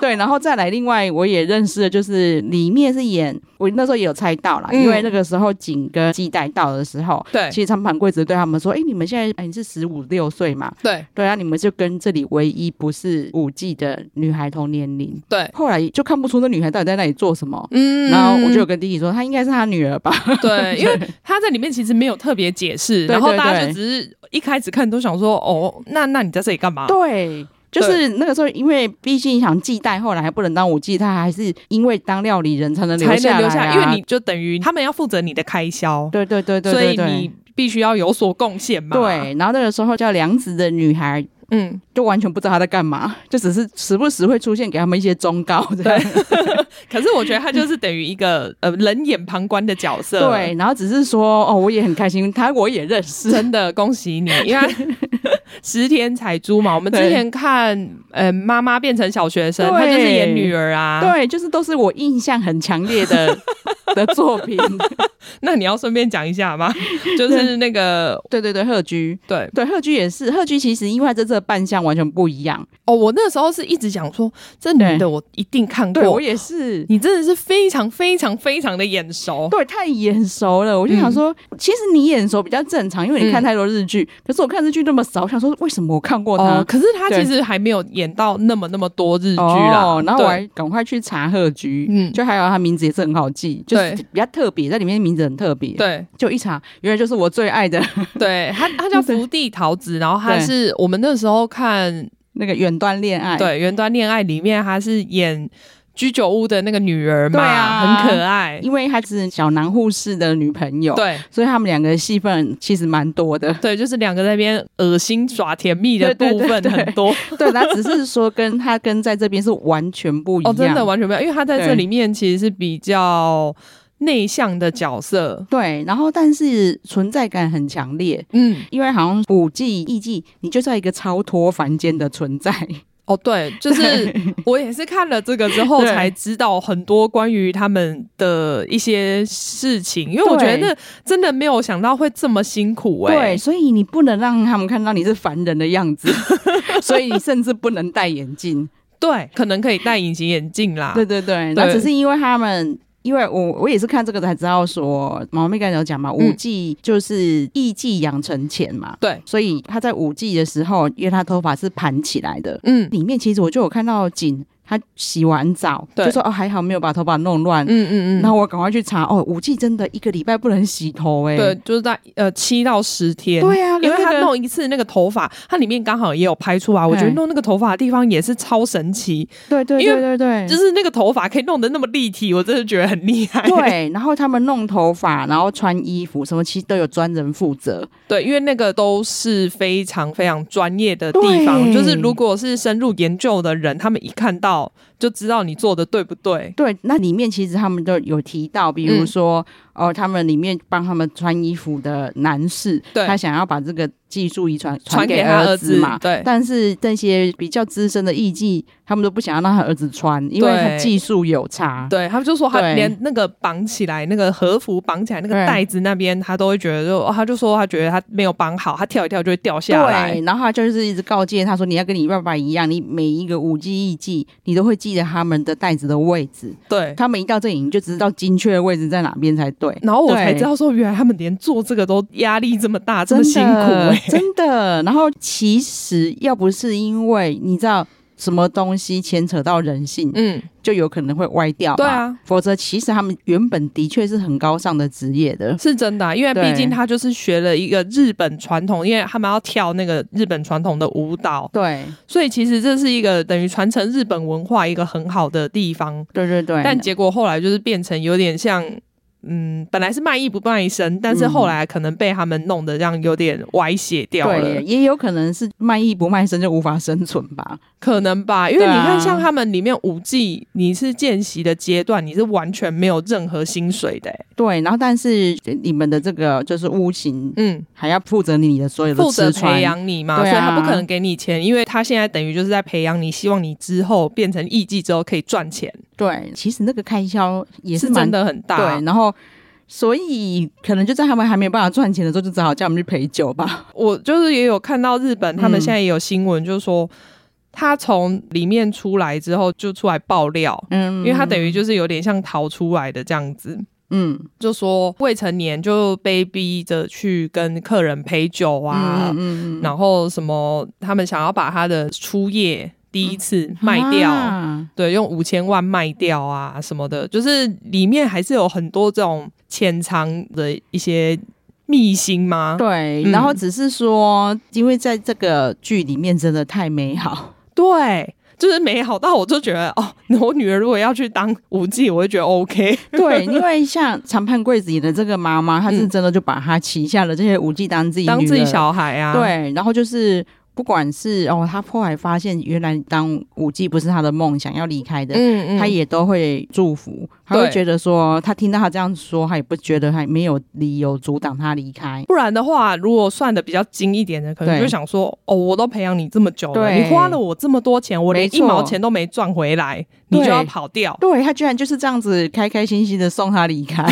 Speaker 3: 对，然后再来，另外我也认识的，就是里面是演我那时候也有猜到啦，
Speaker 4: 嗯
Speaker 3: 因为那个时候景跟纪代到的时候，
Speaker 4: 对
Speaker 3: 其实长盘贵子对他们说：“哎、你们现在哎、你是十五六岁嘛？
Speaker 4: 对
Speaker 3: 对啊，你们就跟这里唯一不是五 G 的女孩同年龄。”
Speaker 4: 对，
Speaker 3: 后来就看不出那女孩到底在那里做什么。
Speaker 4: 嗯
Speaker 3: 然后我就有跟弟弟说，她应该是她女儿 吧？
Speaker 4: 对，因为他在里面其实没有特别解释，
Speaker 3: 对
Speaker 4: 然后
Speaker 3: 对
Speaker 4: 大家就
Speaker 3: 对
Speaker 4: 只是一开始看都想说，哦，那那你在这里干嘛？
Speaker 3: 对，就是那个时候，因为毕竟想祭代，后来还不能当武祭，他还是因为当料理人才能留
Speaker 4: 才能
Speaker 3: 下来、
Speaker 4: 留
Speaker 3: 啊，
Speaker 4: 下来，因为你就等于他们要负责你的开销，
Speaker 3: 对对对对
Speaker 4: 所
Speaker 3: 对
Speaker 4: 以
Speaker 3: 对
Speaker 4: 你必须要有所贡献嘛。，
Speaker 3: 对，然后那个时候叫梁子的女孩。
Speaker 4: 嗯，
Speaker 3: 就完全不知道她在干嘛，就只是时不时会出现给他们一些忠告这样，
Speaker 4: 可是我觉得他就是等于一 个呃冷眼旁观的角色。
Speaker 3: 对，然后只是说哦，我也很开心，她我也认识，
Speaker 4: 真的恭喜你，因为他十田彩珠嘛，我们之
Speaker 3: 对
Speaker 4: 前看呃妈妈变成小学生，她就是
Speaker 3: 对
Speaker 4: 演女儿啊。，
Speaker 3: 对，就是都是我印象很强烈 的的作品。
Speaker 4: 那你要顺便讲一下 吗？就是那个
Speaker 3: 对对对，贺居，
Speaker 4: 对
Speaker 3: 对贺居也是，贺居其实因为这这扮相完全不一样。
Speaker 4: 哦，我那时候是一直想说，这女
Speaker 3: 对
Speaker 4: 的我一定看
Speaker 3: 对我
Speaker 4: 过，
Speaker 3: 也是。
Speaker 4: 你真的是非常非常非常的眼熟。
Speaker 3: 对，太眼熟了，我就想说，其实你眼熟比较正常，因为你看
Speaker 4: 嗯
Speaker 3: 太多日剧。可是我看日剧那么少，我想说为什么我看过他？
Speaker 4: 哦，可是她
Speaker 3: 对
Speaker 4: 其实还没有演到那么那么多日剧
Speaker 3: 哦
Speaker 4: 啦。
Speaker 3: 然后我
Speaker 4: 对
Speaker 3: 还赶快去查贺居，嗯，
Speaker 4: 嗯
Speaker 3: 就还有他名字也是很好记，就是
Speaker 4: 对
Speaker 3: 比较特别，在里面名字很特别。，
Speaker 4: 对
Speaker 3: 就一查，原来就是我最爱的
Speaker 4: 对，她她叫福地桃子，然后她
Speaker 3: 对
Speaker 4: 是我们那时候看
Speaker 3: 那个远端恋爱。，
Speaker 4: 对《原端恋爱》里面，她是演居酒屋的那个女儿嘛，
Speaker 3: 对啊
Speaker 4: 很可爱。
Speaker 3: 因为她是小男护士的女朋友，，
Speaker 4: 对
Speaker 3: 所以他们两个戏份其实蛮多的
Speaker 4: 。对，就是两个在那边恶心耍甜蜜的
Speaker 3: 对对
Speaker 4: 部
Speaker 3: 对
Speaker 4: 分
Speaker 3: 对
Speaker 4: 很多。
Speaker 3: 对，他只是说跟他跟在这边是完全不一样。
Speaker 4: 哦，真的完全没有，因为她在这
Speaker 3: 对
Speaker 4: 里面其实是比较内向的角色。
Speaker 3: 对，然后但是存在感很强烈。
Speaker 4: 嗯，
Speaker 3: 因为好像古迹艺伎，你就是要一个超脱凡间的存在，
Speaker 4: 哦， 对，就是我也是看了这个之后
Speaker 3: 对
Speaker 4: 才知道很多关于他们的一些事情，因为我觉
Speaker 3: 对
Speaker 4: 得真的没有想到会这么辛苦哎、
Speaker 3: 对，所以你不能让他们看到你是凡人的样 子，所以你甚至不能戴眼镜。
Speaker 4: 对，可能可以戴隐形眼镜啦。
Speaker 3: 对对对，那只是因为他们。因为我我也是看这个才知道说，毛妹刚才有讲
Speaker 4: 嗯
Speaker 3: 嘛，五 G 就是艺伎养成前嘛，
Speaker 4: 对，
Speaker 3: 所以他在五 G 的时候，因为他头发是盘起来的，
Speaker 4: 嗯
Speaker 3: 里面其实我就有看到景，他洗完澡
Speaker 4: 对
Speaker 3: 就说哦还好没有把头发弄乱，
Speaker 4: 嗯嗯嗯。
Speaker 3: 然后我赶快去查哦，五 G 真的一个礼拜不能洗头哎、
Speaker 4: 对，就是在呃七到十天。
Speaker 3: 对啊，
Speaker 4: 因为
Speaker 3: 他
Speaker 4: 他弄一次那个头发，它里面刚好也有拍出来。我觉得
Speaker 3: 嗯
Speaker 4: 弄那个头发的地方也是超神奇，
Speaker 3: 对对
Speaker 4: 因
Speaker 3: 对
Speaker 4: 为
Speaker 3: 对对，
Speaker 4: 就是那个头发可以弄得那么立体，我真的觉得很厉害。
Speaker 3: 对，然后他们弄头发，然后穿衣服什么，其实都有专人负责。
Speaker 4: 对，因为那个都是非常非常专业的地方，
Speaker 3: 对
Speaker 4: 就是如果是深入研究的人，他们一看到就知道你做的对不对。
Speaker 3: 对，那里面其实他们都有提到，比如
Speaker 4: 嗯
Speaker 3: 说，哦、他们里面帮他们穿衣服的男士，
Speaker 4: 对
Speaker 3: 他想要把这个技术遗传
Speaker 4: 传
Speaker 3: 给
Speaker 4: 给他儿
Speaker 3: 子
Speaker 4: 子
Speaker 3: 嘛。
Speaker 4: 对
Speaker 3: 但是那些比较资深的艺伎，他们都不想要让他儿子穿，因为他
Speaker 4: 对
Speaker 3: 技术有差。
Speaker 4: 对他们就说他
Speaker 3: 对
Speaker 4: 连那个绑起来那个和服绑起来那个
Speaker 3: 对
Speaker 4: 带子那边，他都会觉得就、哦他就说他觉得他没有绑好，他跳一跳就会掉下来
Speaker 3: 对，。然后他就是一直告诫他说：“你要跟你爸爸一样，你每一个舞技艺伎，你都会记得他们的袋子的位置。
Speaker 4: 对，
Speaker 3: 他们一到这里，你就知道精确的位置在哪边才对。
Speaker 4: 然后我才
Speaker 3: 对
Speaker 4: 知道说，原来他们连做这个都压力这么大，这
Speaker 3: 真
Speaker 4: 么
Speaker 3: 的
Speaker 4: 辛苦哎、
Speaker 3: 真的。然后其实要不是因为你知道什么东西牵扯到人性，
Speaker 4: 嗯，
Speaker 3: 就有可能会歪掉嘛。
Speaker 4: 对啊
Speaker 3: 否则其实他们原本的确是很高尚的职业的。
Speaker 4: 是真的啊、因为
Speaker 3: 对
Speaker 4: 毕竟他就是学了一个日本传统，因为他们要跳那个日本传统的舞蹈，
Speaker 3: 对，
Speaker 4: 所以其实这是一个等于传承日本文化一个很好的地方。
Speaker 3: 对对对。
Speaker 4: 但结果后来就是变成有点像。嗯，本来是卖艺不卖身，但是后来可能被他们弄得这样有点歪斜掉了。
Speaker 3: 对，也有可能是卖艺不卖身就无法生存吧。
Speaker 4: 可能吧，因为你
Speaker 3: 对啊
Speaker 4: 看，像他们里面五 G，你是见习的阶段，你是完全没有任何薪水的欸、
Speaker 3: 对，然后但是你们的这个就是屋型，
Speaker 4: 嗯，
Speaker 3: 还要负责你的所有的
Speaker 4: 负责
Speaker 3: 吃穿
Speaker 4: 培养你嘛，
Speaker 3: 对啊
Speaker 4: 所以他不可能给你钱，因为他现在等于就是在培养你，希望你之后变成艺伎之后可以赚钱，
Speaker 3: 对，其实那个开销也
Speaker 4: 是
Speaker 3: 蛮
Speaker 4: 真的很大。
Speaker 3: 对，然后所以可能就在他们还没有办法赚钱的时候，就只好叫我们去陪酒吧。
Speaker 4: 我就是也有看到日
Speaker 3: 嗯
Speaker 4: 本，他们现在也有新闻，就是说、他从里面出来之后就出来爆料，
Speaker 3: 嗯
Speaker 4: 因为他等于就是有点像逃出来的这样子。
Speaker 3: 嗯
Speaker 4: 就说未成年就被逼着去跟客人陪酒啊，
Speaker 3: 嗯嗯嗯
Speaker 4: 然后什么他们想要把他的初夜第一次卖掉，
Speaker 3: 嗯啊
Speaker 4: 对，用五千万卖掉啊什么的，就是里面还是有很多这种潜藏的一些秘辛吗？
Speaker 3: 对，
Speaker 4: 嗯
Speaker 3: 然后只是说，因为在这个剧里面真的太美 好，
Speaker 4: 对。就是美好到我就觉得哦，我女儿如果要去当舞妓，我会觉得 OK。
Speaker 3: 对，因为像长判贵子演的这个妈妈，她是
Speaker 4: 嗯
Speaker 3: 真的就把她旗下的这些武技当自己
Speaker 4: 当
Speaker 3: 女
Speaker 4: 自己
Speaker 3: 儿
Speaker 4: 小孩啊，，
Speaker 3: 对，然后就是不管是哦，他后来发现原来当舞技不是他的梦想要离开的，
Speaker 4: 嗯嗯，
Speaker 3: 他也都会祝福，他会
Speaker 4: 对
Speaker 3: 觉得说，他听到他这样说，他也不觉得还没有理由阻挡他离开。
Speaker 4: 不然的话，如果算的比较精一点的，可能
Speaker 3: 对
Speaker 4: 就会想说，哦，我都培养你这么久了，
Speaker 3: 对
Speaker 4: 你花了我这么多钱，我连
Speaker 3: 没错
Speaker 4: 一毛钱都没赚回来，你
Speaker 3: 对
Speaker 4: 就要跑掉。
Speaker 3: 对他居然就是这样子开开心心的送他离 开，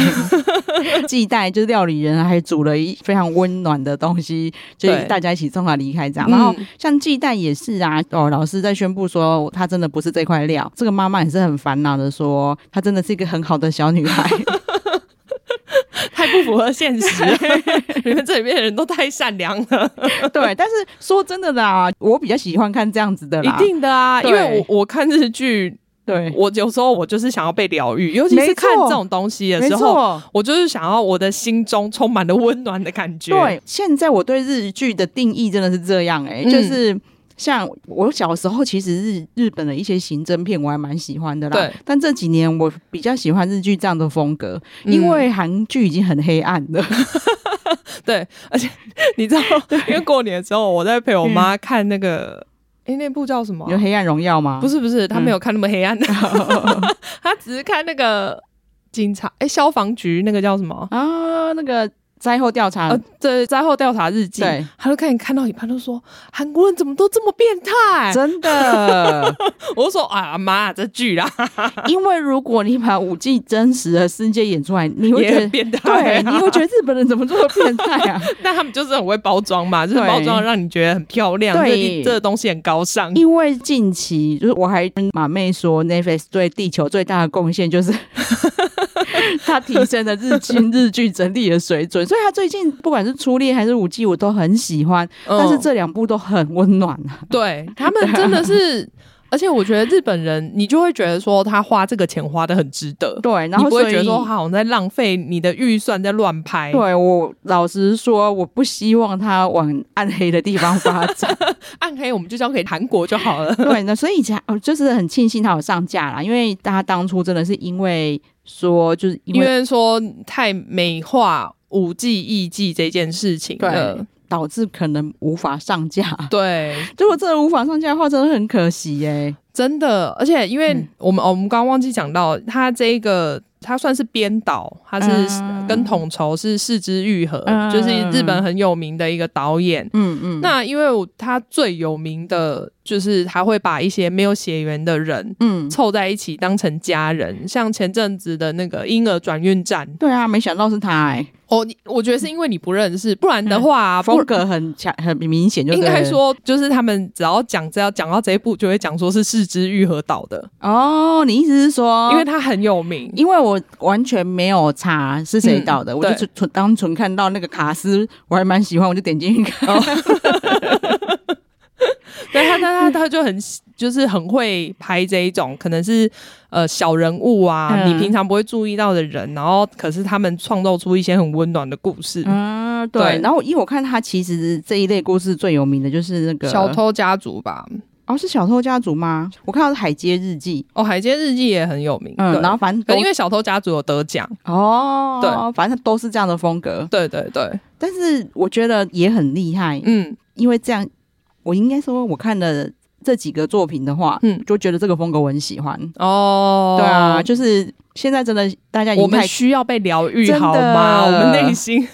Speaker 3: 系带就是料理人还煮了一非常温暖的东西，就是
Speaker 4: 对
Speaker 3: 大家一起送他离开这样。
Speaker 4: 嗯
Speaker 3: 然后像系带也是啊，哦，老师在宣布说他真的不是这块料，这个妈妈也是很烦恼的说，她真的是一个很好的小女 孩，
Speaker 4: 太不符合现 实， 你们这里面的人都太善良了，
Speaker 3: 对。但是说真的啦，我比较喜欢看这样子的
Speaker 4: 一
Speaker 3: 啦，
Speaker 4: 定的啊，
Speaker 3: 对
Speaker 4: 因为我我看日剧，
Speaker 3: 对，
Speaker 4: 我有时候我就是想要被疗愈，尤其
Speaker 3: 没
Speaker 4: 是
Speaker 3: 错
Speaker 4: 看这种东西的
Speaker 3: 没
Speaker 4: 时候，
Speaker 3: 错。
Speaker 4: 我就是想要我的心中充满了温暖的感觉。，
Speaker 3: 对，现在我对日剧的定义真的是这样、欸，哎、
Speaker 4: 嗯
Speaker 3: 就是。像我小时候，其实日日本的一些刑侦片我还蛮喜欢的啦。
Speaker 4: 对。
Speaker 3: 但这几年我比较喜欢日剧这样的风格，
Speaker 4: 嗯
Speaker 3: 因为韩剧已经很黑暗了。
Speaker 4: 对，而且 你知道，因为过年的时候我在陪我妈看那个，哎、那部叫什么啊
Speaker 3: 嗯 有？《黑暗荣耀》吗？
Speaker 4: 不，是不是，她没有看那么黑暗的，
Speaker 3: 嗯
Speaker 4: 她只是看那个警察，哎、消防局那个叫什么？
Speaker 3: 啊，那个灾后调查。
Speaker 4: 呃，对，灾后调查日
Speaker 3: 嗯
Speaker 4: 记
Speaker 3: 对，
Speaker 4: 她就看看到一半，就说韩国人怎么都这么变态？
Speaker 3: 真的，
Speaker 4: 我就说啊妈，这剧啦，
Speaker 3: 因为如果你把五 G 真实的世界演出来，你会
Speaker 4: 也
Speaker 3: 觉
Speaker 4: 很
Speaker 3: 得，
Speaker 4: 变态、
Speaker 3: 对，
Speaker 4: 啊，
Speaker 3: 你会觉得日本人怎么这么变态啊？
Speaker 4: 但他们就是很会包装嘛，就是
Speaker 3: 对
Speaker 4: 包装让你觉得很漂亮，
Speaker 3: 对
Speaker 4: 这地这个东西很高尚。
Speaker 3: 因为近期就是我还跟马妹说，Netflix 对地球最大的贡献 就是它提升了日剧日剧整体的水准，所以她最近不管是初恋还是五 G，我都很喜欢，但是
Speaker 4: 嗯
Speaker 3: 这两部都很温暖啊。
Speaker 4: 对他们真的是，而且我觉得日本人，你就会觉得说他花这个钱花的很值得，
Speaker 3: 对，然
Speaker 4: 你
Speaker 3: 后
Speaker 4: 不
Speaker 3: 所
Speaker 4: 会
Speaker 3: 以
Speaker 4: 觉得说他好像在浪费你的预算在乱拍。
Speaker 3: 对我老实说，我不希望它往暗黑的地方发 展。
Speaker 4: 暗黑我们就交给韩国就好了。
Speaker 3: 对，那所以才哦就是很庆幸它有上架啦，因为大家当初真的是因为说就是 因
Speaker 4: 因
Speaker 3: 为
Speaker 4: 为说太美化五 G 艺伎这件事情
Speaker 3: 对
Speaker 4: 了，
Speaker 3: 导致可能无法上架。
Speaker 4: 对，
Speaker 3: 如果真的无法上架的话，真的很可惜耶、
Speaker 4: 真的，而且因为
Speaker 3: 嗯
Speaker 4: 我们、哦我们刚刚忘记讲到，他这个他算是编导，他是
Speaker 3: 嗯
Speaker 4: 跟统筹是四之愈合，
Speaker 3: 嗯
Speaker 4: 就是日本很有名的一个导演。
Speaker 3: 嗯嗯
Speaker 4: 那因为我他最有名的就是他会把一些没有血缘的人
Speaker 3: 嗯，
Speaker 4: 凑在一起当成家人，像前阵子的那个婴儿转运站，
Speaker 3: 对啊，没想到是他哎、
Speaker 4: 哦，你我觉得是因为你不认 识，不嗯然的话、啊不
Speaker 3: 风格很强，很明显，就
Speaker 4: 应
Speaker 3: 对
Speaker 4: 该
Speaker 3: 了
Speaker 4: 说就是他们只要讲这要讲到这一步，就会讲说是四之愈合导的，
Speaker 3: 哦，你意思是说，
Speaker 4: 因为他很有 名。
Speaker 3: 因为我完全没有查是谁导的，
Speaker 4: 嗯
Speaker 3: 我就
Speaker 4: 对
Speaker 3: 纯纯单纯看到那个卡斯，我还蛮喜欢，我就点进去 看。
Speaker 4: 对他，他他他就很就是很会拍这一种，可能是呃小人物啊，
Speaker 3: 嗯
Speaker 4: 你平常不会注意到的人，然后可是他们创造出一些很温暖的故事。
Speaker 3: 嗯，对。
Speaker 4: 对
Speaker 3: 然后因为我看他其实这一类故事最有名的就是那个
Speaker 4: 小，偷家族吧，
Speaker 3: 哦，是小偷家族吗？我看到是《海街日记》，
Speaker 4: 哦，《海街日记》也很有名。
Speaker 3: 嗯，
Speaker 4: 对
Speaker 3: 然后反正
Speaker 4: 可
Speaker 3: 都
Speaker 4: 因为小偷家族有得奖，
Speaker 3: 哦，
Speaker 4: 对，
Speaker 3: 反正都是这样的风格，
Speaker 4: 对对对，
Speaker 3: 但是我觉得也很厉害，
Speaker 4: 嗯，
Speaker 3: 因为这样，我应该说我看了这几个作品的话，嗯
Speaker 4: 嗯，
Speaker 3: 就觉得这个风格我很喜欢。
Speaker 4: 哦，
Speaker 3: 对啊，就是现在真的大家已
Speaker 4: 我
Speaker 3: 经
Speaker 4: 们
Speaker 3: 太
Speaker 4: 需要被疗愈
Speaker 3: 真的
Speaker 4: 好吗？我们内心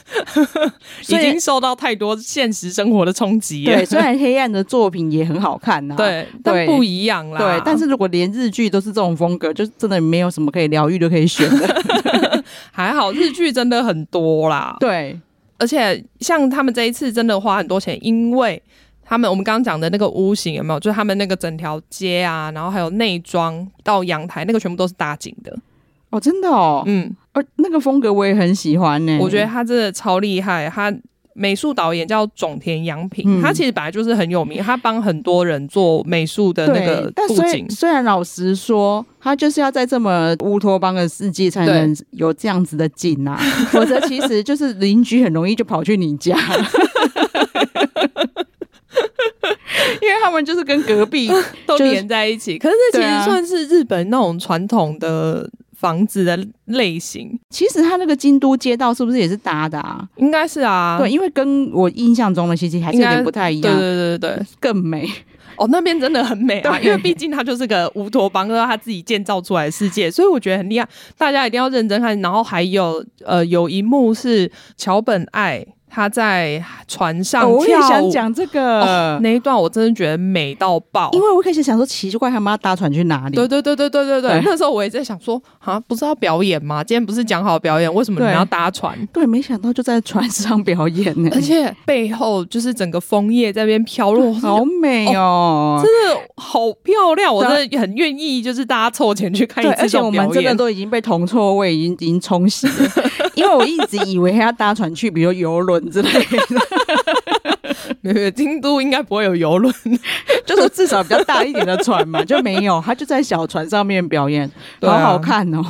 Speaker 3: 所
Speaker 4: 已
Speaker 3: 以
Speaker 4: 经受到太多现实生活的冲击了
Speaker 3: 对，，虽然黑暗的作品也很好看呐、。
Speaker 4: 对，但
Speaker 3: 对
Speaker 4: 不一样啦。
Speaker 3: 对，但是如果连日剧都是这种风格，就是真的没有什么可以疗愈的可以选的。
Speaker 4: 还好日剧真的很多啦，
Speaker 3: 对，
Speaker 4: 而且像他们这一次真的花很多钱，因为他们我们刚刚讲的那个屋型有没有？就是他们那个整条街啊，然后还有内装到阳台，那个全部都是搭景的。
Speaker 3: 哦，真的哦，
Speaker 4: 嗯，
Speaker 3: 呃，那个风格我也很喜欢呢、
Speaker 4: 我觉得他真的超厉害，他。美术导演叫种田洋平，
Speaker 3: 嗯
Speaker 4: 他其实本来就是很有名，他帮很多人做美术的那
Speaker 3: 对
Speaker 4: 个，
Speaker 3: 但
Speaker 4: 布
Speaker 3: 虽
Speaker 4: 景。
Speaker 3: 虽然老实说，他就是要在这么乌托邦的世界才
Speaker 4: 对
Speaker 3: 能有这样子的景啊，否则其实就是邻居很容易就跑去你家。 因为他们就是跟隔壁，
Speaker 4: 都
Speaker 3: 就是
Speaker 4: 连在一起。可是这其
Speaker 3: 对啊
Speaker 4: 实算是日本那种传统的房子的类型，
Speaker 3: 其实他那个京都街道是不是也是搭的啊？
Speaker 4: 应该是啊。
Speaker 3: 对，因为跟我印象中的其实还是有
Speaker 4: 应
Speaker 3: 点
Speaker 4: 该
Speaker 3: 不太一
Speaker 4: 对
Speaker 3: 样，
Speaker 4: 对对对对
Speaker 3: 更美。
Speaker 4: 哦，那边真的很美啊，
Speaker 3: 对
Speaker 4: 因为毕竟它就是个乌托邦，都是他自己建造出来的世界，所以我觉得很厉害。大家一定要认真看。然后还有呃，有一幕是桥本爱她在船上跳舞，
Speaker 3: 哦我也想讲这
Speaker 4: 哦
Speaker 3: 个，
Speaker 4: 那一段，我真的觉得美到爆。
Speaker 3: 因为我一开始想说奇怪，他们要搭船去哪里？
Speaker 4: 对对对对对对对
Speaker 3: 对，
Speaker 4: 那时候我也在想说，啊，不是要表演吗？今天不是讲好表演，为什么你们
Speaker 3: 对
Speaker 4: 要搭船？
Speaker 3: 对，没想到就在船上表演呢，
Speaker 4: 而且背后就是整个枫叶在那边飘落，我真的
Speaker 3: 好美哦。
Speaker 4: 真的好漂亮，我
Speaker 3: 对啊
Speaker 4: 真的很愿意，就是大家凑钱去看一
Speaker 3: 对，
Speaker 4: 次
Speaker 3: 而
Speaker 4: 这
Speaker 3: 且我
Speaker 4: 种表
Speaker 3: 们
Speaker 4: 演。
Speaker 3: 真的都已经被铜臭味已经已经 冲洗了，因为我一直以为他要搭船去，比如游轮之类 的，
Speaker 4: 没有没有京都 应该不会有游轮，
Speaker 3: 就是至少比较大一点的船嘛，就没有，他就在小船上面表演，
Speaker 4: 对
Speaker 3: 好
Speaker 4: 啊
Speaker 3: 好看哦。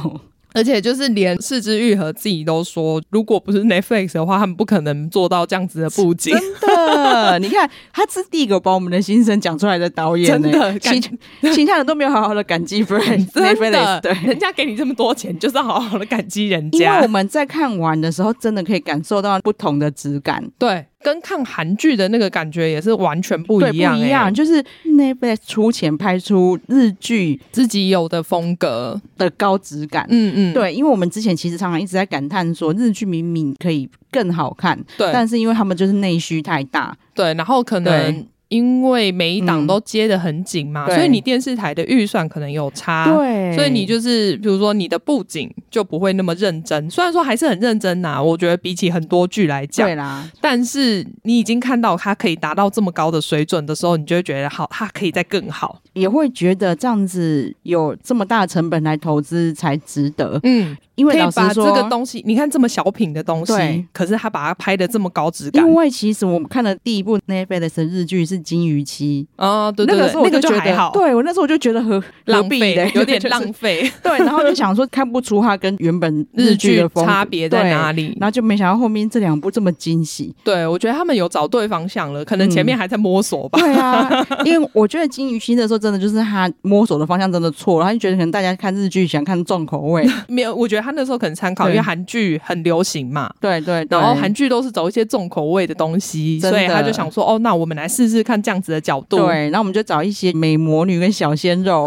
Speaker 4: 而且就是连四之愈和自己都说，如果不是 Netflix 的话，他们不可能做到这样子的布景。
Speaker 3: 真的， 你看他是第一个把我们的心声讲出来的导演、欸，
Speaker 4: 真的
Speaker 3: 其 其他人都没有好好的感 激 f r e n
Speaker 4: 真的，人
Speaker 3: 对。
Speaker 4: 家给你这么多钱，就是好好的感激人
Speaker 3: 因为
Speaker 4: 家
Speaker 3: 我。们在看完的时候，真的可以感受到不同的质感，
Speaker 4: 对，跟看韩剧的那个感觉也是完全不
Speaker 3: 对，
Speaker 4: 一样、
Speaker 3: 不一样。
Speaker 4: 欸
Speaker 3: 就是 Netflix 出钱拍出日剧
Speaker 4: 自己有的风格。
Speaker 3: 的高质感，
Speaker 4: 嗯嗯，
Speaker 3: 对，因为我们之前其实常常一直在感叹说，日剧明明可以更好看，
Speaker 4: 对
Speaker 3: 但是因为他们就是内需太大，
Speaker 4: 对，然后可能
Speaker 3: 对
Speaker 4: 因为每一档
Speaker 3: 嗯
Speaker 4: 都接的很紧嘛，
Speaker 3: 对
Speaker 4: 所以你电视台的预算可能有差。。
Speaker 3: 对
Speaker 4: 啊所以你就是，比如说你的布景就不会那么认真，虽然说还是很认真呐、我觉得比起很多剧来讲
Speaker 3: 对，啦，
Speaker 4: 但是你已经看到它可以达到这么高的水准的时候，你就会觉得好，它可以再更好。
Speaker 3: 也会觉得这样子有这么大的成本来投资才值得，
Speaker 4: 嗯，
Speaker 3: 因为
Speaker 4: 可以
Speaker 3: 老实
Speaker 4: 把这
Speaker 3: 说，
Speaker 4: 个东西，你看这么小品的东西
Speaker 3: 对，
Speaker 4: 可是他把它拍的这么高质感
Speaker 3: 因为其实我们看的第一部 Netflix 的日剧是《金鱼期》，
Speaker 4: 啊、对对
Speaker 3: 那
Speaker 4: 对
Speaker 3: 个时候我就
Speaker 4: 就
Speaker 3: 觉得，
Speaker 4: 还好，
Speaker 3: 对我那时候我就觉得何
Speaker 4: 浪
Speaker 3: 何必
Speaker 4: 费
Speaker 3: 嘞
Speaker 4: 有点
Speaker 3: 就是
Speaker 4: 浪费，
Speaker 3: 对，然后就想说看不出它跟原本
Speaker 4: 日
Speaker 3: 剧
Speaker 4: 剧
Speaker 3: 的风格
Speaker 4: 差别在哪
Speaker 3: 里，
Speaker 4: 里
Speaker 3: 然？后就没想到后面这两部这么惊喜，
Speaker 4: 对，我觉得他们有找对方向了，可能前
Speaker 3: 嗯
Speaker 4: 面还在摸 索吧。
Speaker 3: 对啊，因为我觉得金鱼期的时候，真的就是他摸索的方向真的错了，他就觉得可能大家看日剧喜欢看重口味，
Speaker 4: 没有，我觉得他那时候可能参考，
Speaker 3: 对
Speaker 4: 因为韩剧很流行嘛，
Speaker 3: 对对对，
Speaker 4: 然后韩剧都是走一些重口味的东西，
Speaker 3: 真
Speaker 4: 所
Speaker 3: 的
Speaker 4: 以他就想说，哦，那我们来试试看这样子的角度。
Speaker 3: 对，然后我们就找一些美魔女跟小鲜肉，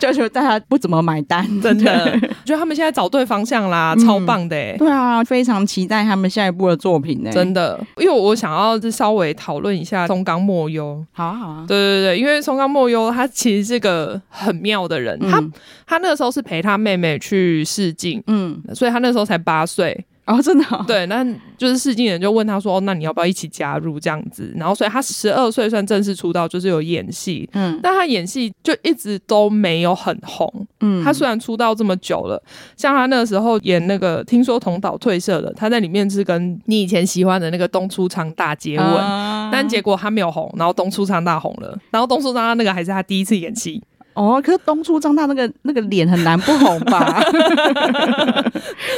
Speaker 3: 就是大家不怎么买单，
Speaker 4: 真的，我觉得他们现在找对方向啦，
Speaker 3: 嗯
Speaker 4: 超棒的、欸。
Speaker 3: 对啊，非常期待他们下一部的作品呢、
Speaker 4: 真的，因为我想要就稍微讨论一下松冈莫优。
Speaker 3: 好啊好啊，
Speaker 4: 对对对，因为松冈莫优他其实是个很妙的人，他
Speaker 3: 嗯
Speaker 4: 他那个时候是陪他妹妹去试镜，
Speaker 3: 嗯，
Speaker 4: 所以他那时候才八岁，
Speaker 3: 哦，真的哦、
Speaker 4: 对，那就是试镜人就问他说：“哦，那你要不要一起加入这样子？”然后，所以他十二岁算正式出道，就是有演戏。
Speaker 3: 嗯
Speaker 4: 但他演戏就一直都没有很红。
Speaker 3: 嗯，
Speaker 4: 他虽然出道这么久了，像他那时候演那个《听说同岛退社了》，他在里面是跟你以前喜欢的那个东出昌大接吻，
Speaker 3: 啊
Speaker 4: 但结果他没有红，然后东出昌大红了，然后东出昌大那个还是他第一次演戏，
Speaker 3: 哦，可是东出张大那个那个脸很难不红 吧？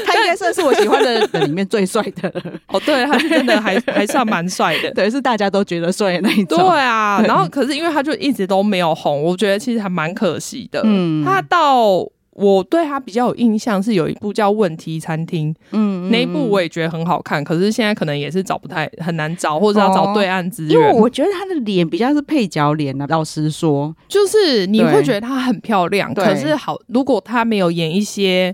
Speaker 3: 他应该算是我喜欢的人里面最帅的了，
Speaker 4: 哦，对，他是真 的还还算蛮帅的。
Speaker 3: 对，是大家都觉得帅的那一种。
Speaker 4: 对啊，然后可是因为他就一直都没有红，我觉得其实还蛮可惜的。
Speaker 3: 嗯
Speaker 4: 他到我对他比较有印象是有一部叫《问题餐厅》，
Speaker 3: 嗯，嗯
Speaker 4: 那一部我也觉得很好看，可是现在可能也是找不太很难找，或者要找对岸资
Speaker 3: 因
Speaker 4: 源。
Speaker 3: 为我觉得他的脸比较是配角脸啊，老实说，
Speaker 4: 就是你会
Speaker 3: 对
Speaker 4: 觉得她很漂亮，
Speaker 3: 对
Speaker 4: 可是好，如果她没有演一些。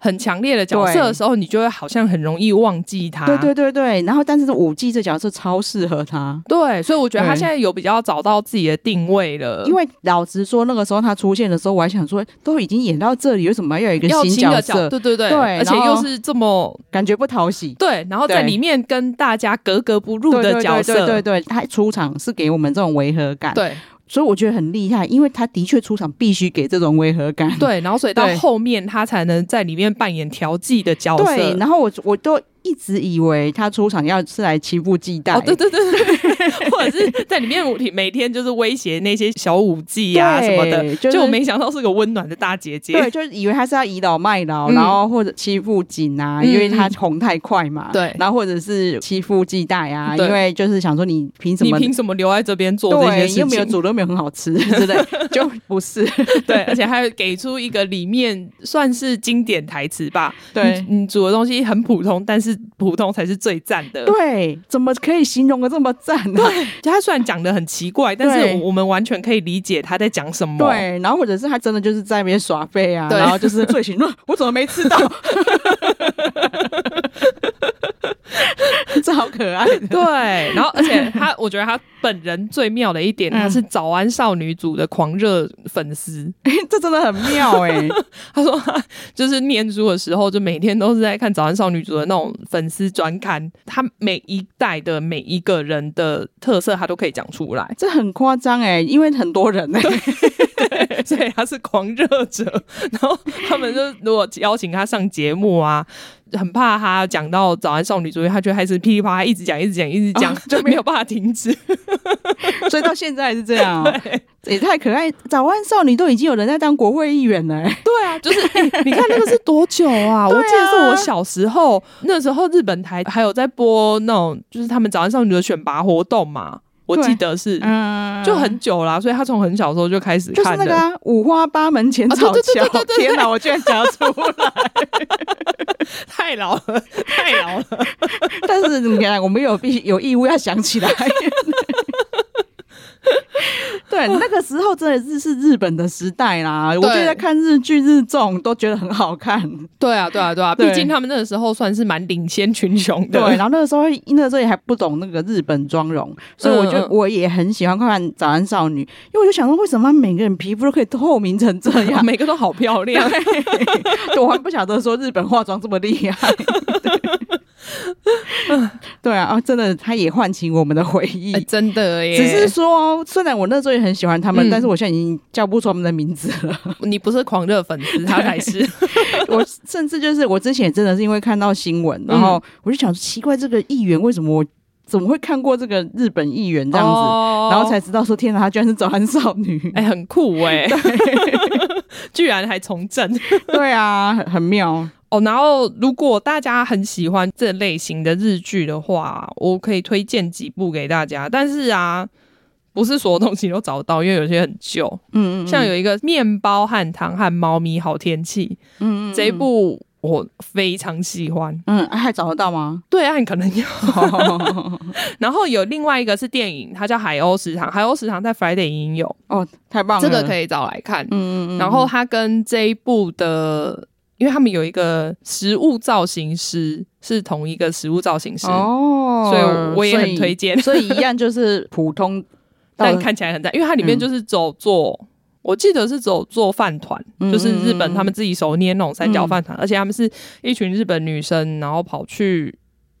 Speaker 4: 很强烈的角色的时候，你就会好像很容易忘记她。
Speaker 3: 对对对对。然后，但是舞姬这角色超适合他，
Speaker 4: 对所以我觉得她
Speaker 3: 对
Speaker 4: 现在有比较找到自己的定位了。
Speaker 3: 因为老实说，那个时候他出现的时候，我还想说，都已经演到这里，为什么要有一个
Speaker 4: 要
Speaker 3: 新
Speaker 4: 新的
Speaker 3: 角
Speaker 4: 角，
Speaker 3: 色？
Speaker 4: 对对对，
Speaker 3: 对
Speaker 4: 而且
Speaker 3: 然
Speaker 4: 又
Speaker 3: 后
Speaker 4: 是这么
Speaker 3: 感觉不讨喜。
Speaker 4: 对，然后在
Speaker 3: 对
Speaker 4: 里面跟大家格格不入的角色，
Speaker 3: 对对对对对，他出场是给我们这种违和感，，
Speaker 4: 对
Speaker 3: 所以我觉得很厉害，因为他的确出场必须给这种违和感，
Speaker 4: 对然后所以到
Speaker 3: 对
Speaker 4: 后面他才能在里面扮演调剂的角色。
Speaker 3: 对。然后我我都一直以为他出场要是来欺负季代，
Speaker 4: 哦，对对对对， 或者是在里面每天就是威胁那些小舞伎呀、什么的，
Speaker 3: 对就是
Speaker 4: 就我没想到是个温暖的大姐姐。
Speaker 3: 对，就是以为他是要倚老卖老，
Speaker 4: 嗯
Speaker 3: 然后或者欺负景啊，
Speaker 4: 嗯
Speaker 3: 因为他红太快嘛。
Speaker 4: 对
Speaker 3: 然后或者是欺负季代啊，
Speaker 4: 对
Speaker 3: 因为就是想说你凭什
Speaker 4: 你
Speaker 3: 么？
Speaker 4: 凭什么留在这边做这些
Speaker 3: 对，
Speaker 4: 事情？
Speaker 3: 又没有煮，都没有很好吃之类，就不是。
Speaker 4: 对，而且还有给出一个里面算是经典台词吧。
Speaker 3: 对
Speaker 4: 你，你煮的东西很普通，但是普通才是最赞的。
Speaker 3: 对，怎么可以形容的这么赞啊呢、
Speaker 4: 对，他虽然讲的很奇怪，但是
Speaker 3: 对
Speaker 4: 我我们完全可以理解他在讲什么。，
Speaker 3: 对，然后或者是他真的就是在那边耍废啊，
Speaker 4: 对
Speaker 3: 然后就是醉 醒，呃我怎么没吃到？ 这好可爱 的，
Speaker 4: 对，然后而且他，我觉得他本人最妙的一
Speaker 3: 嗯
Speaker 4: 点，他是早安少女组的狂热粉丝。
Speaker 3: 这真的很妙哎、
Speaker 4: 他说他就是念书的时候，就每天都是在看早安少女组的那种粉丝专刊，他每一代的每一个人的特色，他都可以讲出来。
Speaker 3: 这很夸张哎，因为很多人哎、
Speaker 4: 所以他是狂热者。然后他们就如果邀请他上节目啊，很怕他讲到早安少女主义，他就开始噼里啪啦一直讲，一直讲，一直讲，
Speaker 3: 哦
Speaker 4: 就没有办法停止。
Speaker 3: 所以到现在还是这 样哦，这也太可爱。早安少女都已经有人在当国会议员了、欸，
Speaker 4: 对 啊，就是、欸你看那个是多久啊？我记得是我小时候那时候日本台还有在播那种就是他们早安少女的选拔活动嘛，我
Speaker 3: 对
Speaker 4: 记得是。
Speaker 3: 嗯，
Speaker 4: 就很久啦、所以他从很小的时候就开始
Speaker 3: 就是
Speaker 4: 看了。
Speaker 3: 那个、啊、五花八门前
Speaker 4: 啊对
Speaker 3: 草
Speaker 4: 对对
Speaker 3: 桥，
Speaker 4: 对对对
Speaker 3: 天哪，我居然讲得出来！
Speaker 4: 太老了，太老了。
Speaker 3: 但是你看，我们有必须有义务要想起来。对，那个时候真的是是日本的时代啦。我觉得看日剧、日综都觉得很好看。
Speaker 4: 对啊，对啊，对啊，
Speaker 3: 对
Speaker 4: 毕竟他们那个时候算是蛮领先群雄的。
Speaker 3: 对， 然后那个时候那个时候也还不懂那个日本妆容，所以我就
Speaker 4: 嗯嗯
Speaker 3: 我也很喜欢看《早安少女》，因为我就想说，为什么每个人皮肤都可以透明成这
Speaker 4: 哇
Speaker 3: 样？
Speaker 4: 每个都好漂 亮。
Speaker 3: 对，我还不晓得说日本化妆这么厉害。对 啊，啊，真的，它也唤起我们的回忆。
Speaker 4: 哎真的耶！
Speaker 3: 只是说，哦虽然我那时候也很喜欢他们，
Speaker 4: 嗯
Speaker 3: 但是我现在已经叫不出他们的名字 了。
Speaker 4: 你不是狂热粉丝，他才是。
Speaker 3: 我甚至就是我之前真的是因为看到新闻，然后
Speaker 4: 嗯
Speaker 3: 我就想说奇怪，这个议员为什么我怎么会看过这个日本议员这样子？
Speaker 4: 哦
Speaker 3: 然后才知道说，天哪，她居然是早安少女！
Speaker 4: 哎、很酷哎、 居然还从政
Speaker 3: 对啊，很很妙。
Speaker 4: 哦。然后，如果大家很喜欢这类型的日剧的话，我可以推荐几部给大家。但是啊，不是所有东西都找得到，因为有些很旧。
Speaker 3: 嗯嗯嗯，
Speaker 4: 像有一个《面包和糖和猫咪好天气》，
Speaker 3: 嗯嗯嗯
Speaker 4: 这一部我非常喜欢。
Speaker 3: 嗯，啊还找得到吗？
Speaker 4: 对啊，你可能要。
Speaker 3: 哦
Speaker 4: 然后有另外一个是电影，它叫《海鸥食堂》，《海鸥食堂》在 Friday 影音有，
Speaker 3: 哦，太棒了，
Speaker 4: 这个可
Speaker 3: 以。
Speaker 4: 以找来看。
Speaker 3: 嗯嗯嗯，
Speaker 4: 然后它跟这一部的，因为他们有一个食物造型师是同一个食物造型师，
Speaker 3: 哦，
Speaker 4: 所以我也很推荐
Speaker 3: 所以 所以一样就是普通，
Speaker 4: 但看起来很赞，因为它里
Speaker 3: 嗯
Speaker 4: 面就是走做。我记得是走做饭团，
Speaker 3: 嗯
Speaker 4: 就是日本他们自己手捏那种三角饭团，而且他们是一群日本女生，然后跑去，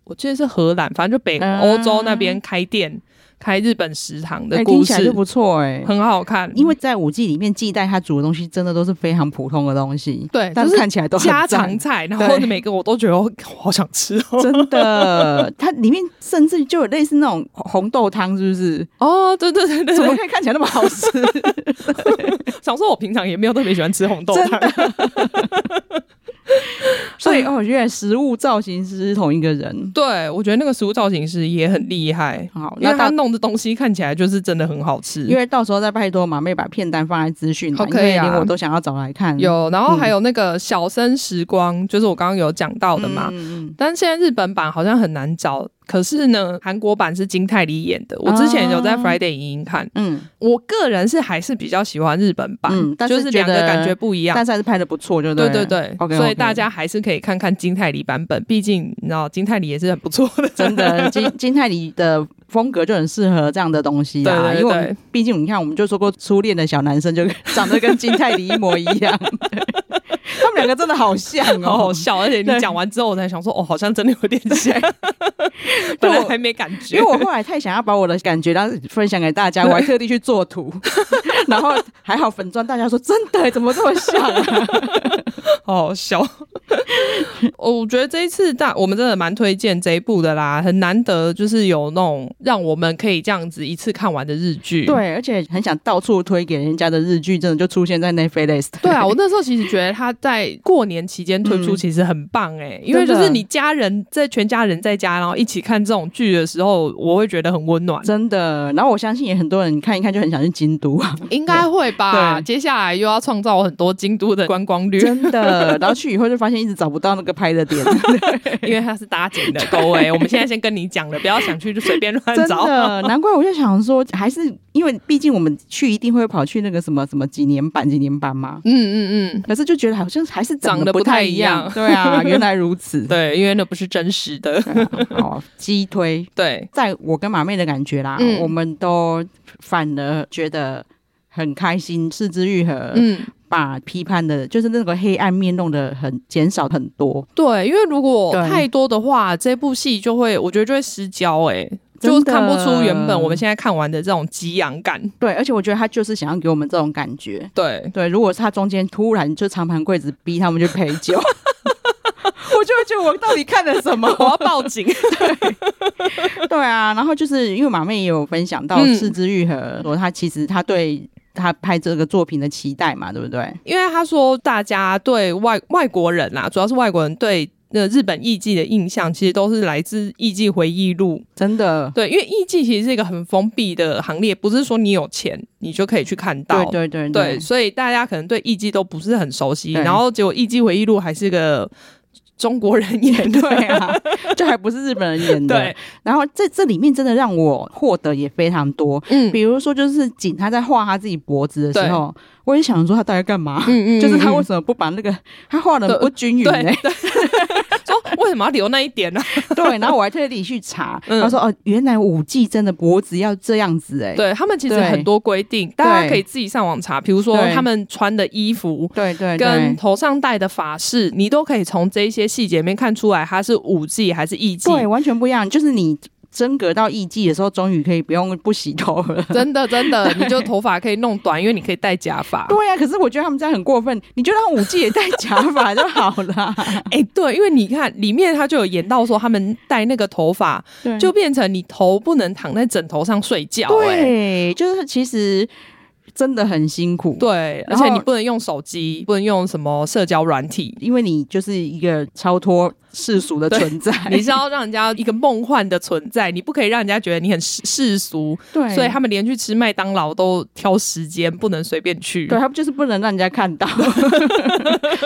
Speaker 4: 我记得是荷兰，反正就北
Speaker 3: 啊
Speaker 4: 欧洲那边开店、开日本食堂的
Speaker 3: 嗯哎
Speaker 4: 故
Speaker 3: 听
Speaker 4: 事，
Speaker 3: 起来就不错哎、
Speaker 4: 很好看，
Speaker 3: 因为在五 G 里面，季代他煮的东西真的都是非常普通的东西，
Speaker 4: 对
Speaker 3: 但
Speaker 4: 就是
Speaker 3: 是看起来都很
Speaker 4: 家
Speaker 3: 赞
Speaker 4: 常菜，然后
Speaker 3: 对
Speaker 4: 每个我都觉得我好想吃哦。
Speaker 3: 真的，它里面甚至就有类似那种红豆汤，是不是？
Speaker 4: 哦，对对对对
Speaker 3: 怎么
Speaker 4: 对，
Speaker 3: 可以看起来那么好 吃？
Speaker 4: 想说我平常也没有特别喜欢吃红豆汤，
Speaker 3: 所以哦，原来食物造型师是同一个人。
Speaker 4: 对我觉得那个食物造型师也很厉害，
Speaker 3: 好，
Speaker 4: 因
Speaker 3: 那
Speaker 4: 为他
Speaker 3: 到
Speaker 4: 弄的东西看起来就是真的很好吃。
Speaker 3: 因为到时候再拜托马妹把片单放在资讯栏，
Speaker 4: 好可以
Speaker 3: 因
Speaker 4: 啊
Speaker 3: 为连我都想要找来看。
Speaker 4: 有，然后
Speaker 3: 嗯
Speaker 4: 还有那个小生时光，就是我刚刚有讲到
Speaker 3: 好
Speaker 4: 的嘛。
Speaker 3: 嗯嗯
Speaker 4: 但现在日本版好像很难找，可是呢，韩国版是金泰梨演的。我之前有在
Speaker 3: 啊
Speaker 4: Friday 影音看，
Speaker 3: 嗯，
Speaker 4: 我个人是还是比较喜欢日本版，
Speaker 3: 嗯但是
Speaker 4: 就是两个
Speaker 3: 觉得
Speaker 4: 感觉不一样。
Speaker 3: 但是还是拍的不错，就
Speaker 4: 对
Speaker 3: 对
Speaker 4: 对对
Speaker 3: o k
Speaker 4: 所以大家还是可以看看金泰梨版本，毕竟你知道金泰梨也是很不错的。
Speaker 3: 真 的金金泰梨的风格就很适合这样的东西啦，
Speaker 4: 对对对
Speaker 3: 因为我们毕竟你看，我们就说过初恋的小男生就长得跟金泰梨一模一样， 他们两个真的 好像
Speaker 4: 好
Speaker 3: 哦
Speaker 4: 好。 笑，而且你讲完之后，我才想说，哦，好像真的有点 像，本来还没感觉，
Speaker 3: 因为我后来太想要把我的感觉当分享给 大家，我还特地去做 图，然后还好粉砖大家说真的怎么这么像 啊？
Speaker 4: 好好 笑。哦我觉得这一次大，我们真的蛮推荐这一部的啦，很难得，就是有那种让我们可以这样子一次看完的日剧。。
Speaker 3: 对，而且很想到处推给人家的日剧，真的就出现在 Netflix。
Speaker 4: 对啊，我那时候其实觉得他在过年期间推出
Speaker 3: 嗯
Speaker 4: 其实很棒哎、因为就
Speaker 3: 真的
Speaker 4: 是你家人在全家人在家，然后一起看这种剧的时候，我会觉得很温暖。
Speaker 3: 真的，然后我相信也很多人看一看就很想去京都 啊，
Speaker 4: 应该会吧？
Speaker 3: 对
Speaker 4: 接下来又要创造很多京都的观光率。
Speaker 3: 真的。然后去以后就发现一直找不到那个拍的 点，
Speaker 4: 因为它是搭景 的，各位，我们现在先跟你讲了，不要想去就随便
Speaker 3: 真
Speaker 4: 乱找。
Speaker 3: 的，难怪我就想说，还是因为毕竟我们去一定会跑去那个什么什么几年版几年版嘛，
Speaker 4: 嗯嗯嗯，
Speaker 3: 可是就觉得好像还是
Speaker 4: 长
Speaker 3: 得
Speaker 4: 得不
Speaker 3: 太
Speaker 4: 太
Speaker 3: 一
Speaker 4: 一样
Speaker 3: 对 啊，原来如此。
Speaker 4: 对，因为那不是真实的。
Speaker 3: 好，鸡推，
Speaker 4: 对，
Speaker 3: 在我跟马妹的感觉啦，
Speaker 4: 嗯
Speaker 3: 我们都反而觉得很开心，四肢愈合，
Speaker 4: 嗯，
Speaker 3: 把批判的，就是那个黑暗面弄得很减少很多。
Speaker 4: 对，因为如果
Speaker 3: 对
Speaker 4: 太多的话，这部戏就会，我觉得就会失焦、欸，哎，
Speaker 3: 真
Speaker 4: 就
Speaker 3: 的
Speaker 4: 看不出原本我们现在看完的这种激昂感。
Speaker 3: 对，而且我觉得他就是想要给我们这种感觉。
Speaker 4: 对，
Speaker 3: 对，如果是他中间突然就长盘柜子逼他们去陪酒， 我就会觉得我到底看了什么？
Speaker 4: 我要报警。
Speaker 3: 对啊，然后就是因为马妹也有分享到
Speaker 4: 嗯
Speaker 3: 四肢愈合，说她其实她对她拍这个作品的期待嘛，对不对？
Speaker 4: 因为他说大家对外外国人啦、主要是外国人对。那日本艺伎的印象其实都是来自《艺伎回忆录
Speaker 3: 真的》，，
Speaker 4: 对，因为艺伎其实是一个很封闭的行列，不是说你有钱你就可以去看到，
Speaker 3: 对对对
Speaker 4: 对，所以大家可能对艺伎都不是很熟悉，
Speaker 3: 对
Speaker 4: 然后结果《艺伎回忆录》还是个中国人演的，
Speaker 3: 对啊， 就还不是日本人 演的。
Speaker 4: 对，
Speaker 3: 然后在这里面真的让我获得也非常多，
Speaker 4: 嗯
Speaker 3: 比如说就是景他在画他自己脖子的时候，我也想说他大概干嘛？
Speaker 4: 嗯
Speaker 3: 就是他为什么不把那个他画的不均匀呢、
Speaker 4: 对对， 说为什么要留那一点呢、
Speaker 3: 对，然后我还特地去查，
Speaker 4: 嗯
Speaker 3: 他说哦，原来舞技真的脖子要这样子哎、
Speaker 4: 对他们其实
Speaker 3: 对
Speaker 4: 很多规定，大家可以自己上网查，比如说
Speaker 3: 对
Speaker 4: 他们穿的衣服。
Speaker 3: 对对对，
Speaker 4: 跟头上戴的发饰，你都可以从这一些细节里面看出来，它是舞技还是艺伎。
Speaker 3: 对完全不一样，就是你真格到艺伎的时候，终于可以不用不洗头了。
Speaker 4: 真的真的，你就头发可以弄短，因为你可以戴假 发。
Speaker 3: 对啊呀、可是我觉得他们这样很过分，你就让舞伎也戴假发就好了。
Speaker 4: 哎、对，因为你看里面他就有演到说，他们戴那个头发
Speaker 3: 对
Speaker 4: 就变成你头不能躺在枕头上睡觉、哎，
Speaker 3: 对，就是其实真的很辛苦。。
Speaker 4: 对，而
Speaker 3: 然后
Speaker 4: 且你不能用手机，不能用什么社交软 体，
Speaker 3: 因为你就是一个超脱世俗的存在，
Speaker 4: 你 是要让人家一个梦幻的存在，你不可以让人家觉得你很世世俗，
Speaker 3: 对，
Speaker 4: 所以他们连去吃麦当劳都挑时间，不能随便去。
Speaker 3: 对他们就是不能让人家看到，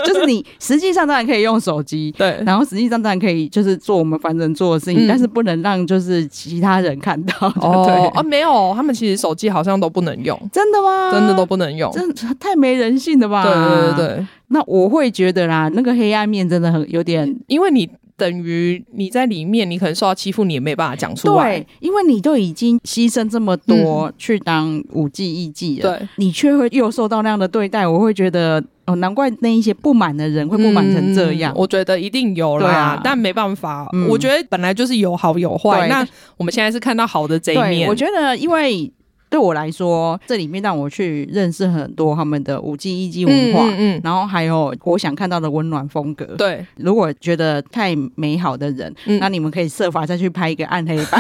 Speaker 3: 就是你实际上当然可以用手机，
Speaker 4: 对
Speaker 3: 然后实际上当然可以就是做我们凡人做的事情，
Speaker 4: 嗯
Speaker 3: 但是不能让就是其他人看到。
Speaker 4: 哦
Speaker 3: 对
Speaker 4: 啊，没有，他们其实手机好像都不能用，
Speaker 3: 真的吗？
Speaker 4: 真的都不能用。对
Speaker 3: 真的太没人性了吧？
Speaker 4: 对对。对，
Speaker 3: 那我会觉得啦，那个黑暗面真的很有点
Speaker 4: 因为你等于你在里面，你可能受到欺负，你也没办法讲出来
Speaker 3: 对。，因为你都已经牺牲这么多
Speaker 4: 嗯
Speaker 3: 去当五 G 艺伎了，
Speaker 4: 对
Speaker 3: 你却会又受到那样的对待，我会觉得哦，难怪那一些不满的人会不满成这样
Speaker 4: 嗯。我觉得一定有
Speaker 3: 对
Speaker 4: 啦，
Speaker 3: 啊
Speaker 4: 但没办法、
Speaker 3: 嗯
Speaker 4: 我觉得本来就是有好有坏。
Speaker 3: 对
Speaker 4: 那我们现在是看到好的这一
Speaker 3: 对，
Speaker 4: 面，
Speaker 3: 我觉得因为。对我来说，这里面让我去认识很多他们的五 G 艺伎文化，
Speaker 4: 嗯嗯嗯
Speaker 3: 然后还有我想看到的温暖风格。
Speaker 4: 对，
Speaker 3: 如果觉得太美好的人，
Speaker 4: 嗯
Speaker 3: 那你们可以设法再去拍一个暗黑版。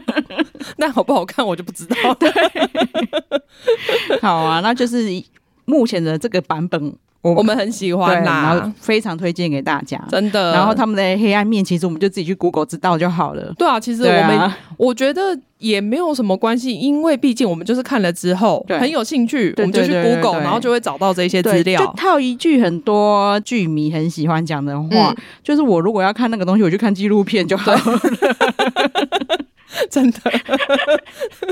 Speaker 4: 那好不好看我就不知道了。
Speaker 3: 好啊，那就是目前的这个版本，我
Speaker 4: 我们很喜欢
Speaker 3: 对然后
Speaker 4: 啦，
Speaker 3: 非常推荐给大家。
Speaker 4: 真的。
Speaker 3: 然后他们的黑暗面，其实我们就自己去 Google 知道就好了。
Speaker 4: 对啊，其实我
Speaker 3: 对
Speaker 4: 们、
Speaker 3: 啊，
Speaker 4: 我觉得也没有什么关系，因为毕竟我们就是看了之后
Speaker 3: 对
Speaker 4: 很有兴趣，
Speaker 3: 对
Speaker 4: 我们就去
Speaker 3: 对对对
Speaker 4: Google，
Speaker 3: 对
Speaker 4: 然后就会找到这些
Speaker 3: 对
Speaker 4: 资
Speaker 3: 就
Speaker 4: 料。
Speaker 3: 套一句很多剧迷很喜欢讲的话，
Speaker 4: 嗯
Speaker 3: 就是我如果要看那个东西，我就看纪录片就好了。
Speaker 4: 真的，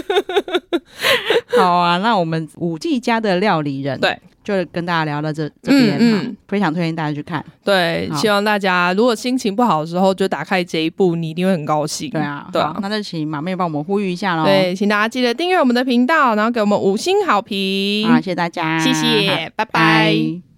Speaker 3: 好啊，那我们五 G 家的料理人，
Speaker 4: 对，
Speaker 3: 就跟大家聊到这这边
Speaker 4: 嗯
Speaker 3: 哈，
Speaker 4: 嗯
Speaker 3: 非常推荐大家去看。
Speaker 4: 对，
Speaker 3: 好
Speaker 4: 希望大家如果心情不好的时候，就打开这一部，你一定会很高兴。
Speaker 3: 对啊，
Speaker 4: 对
Speaker 3: 好
Speaker 4: 啊。
Speaker 3: 那就请马妹帮我们呼吁一下喽。
Speaker 4: 对，请大家记得订阅我们的频道，然后给我们五星好评
Speaker 3: 好，。谢谢大家，
Speaker 4: 谢
Speaker 3: 好
Speaker 4: 谢，拜拜。
Speaker 3: 拜。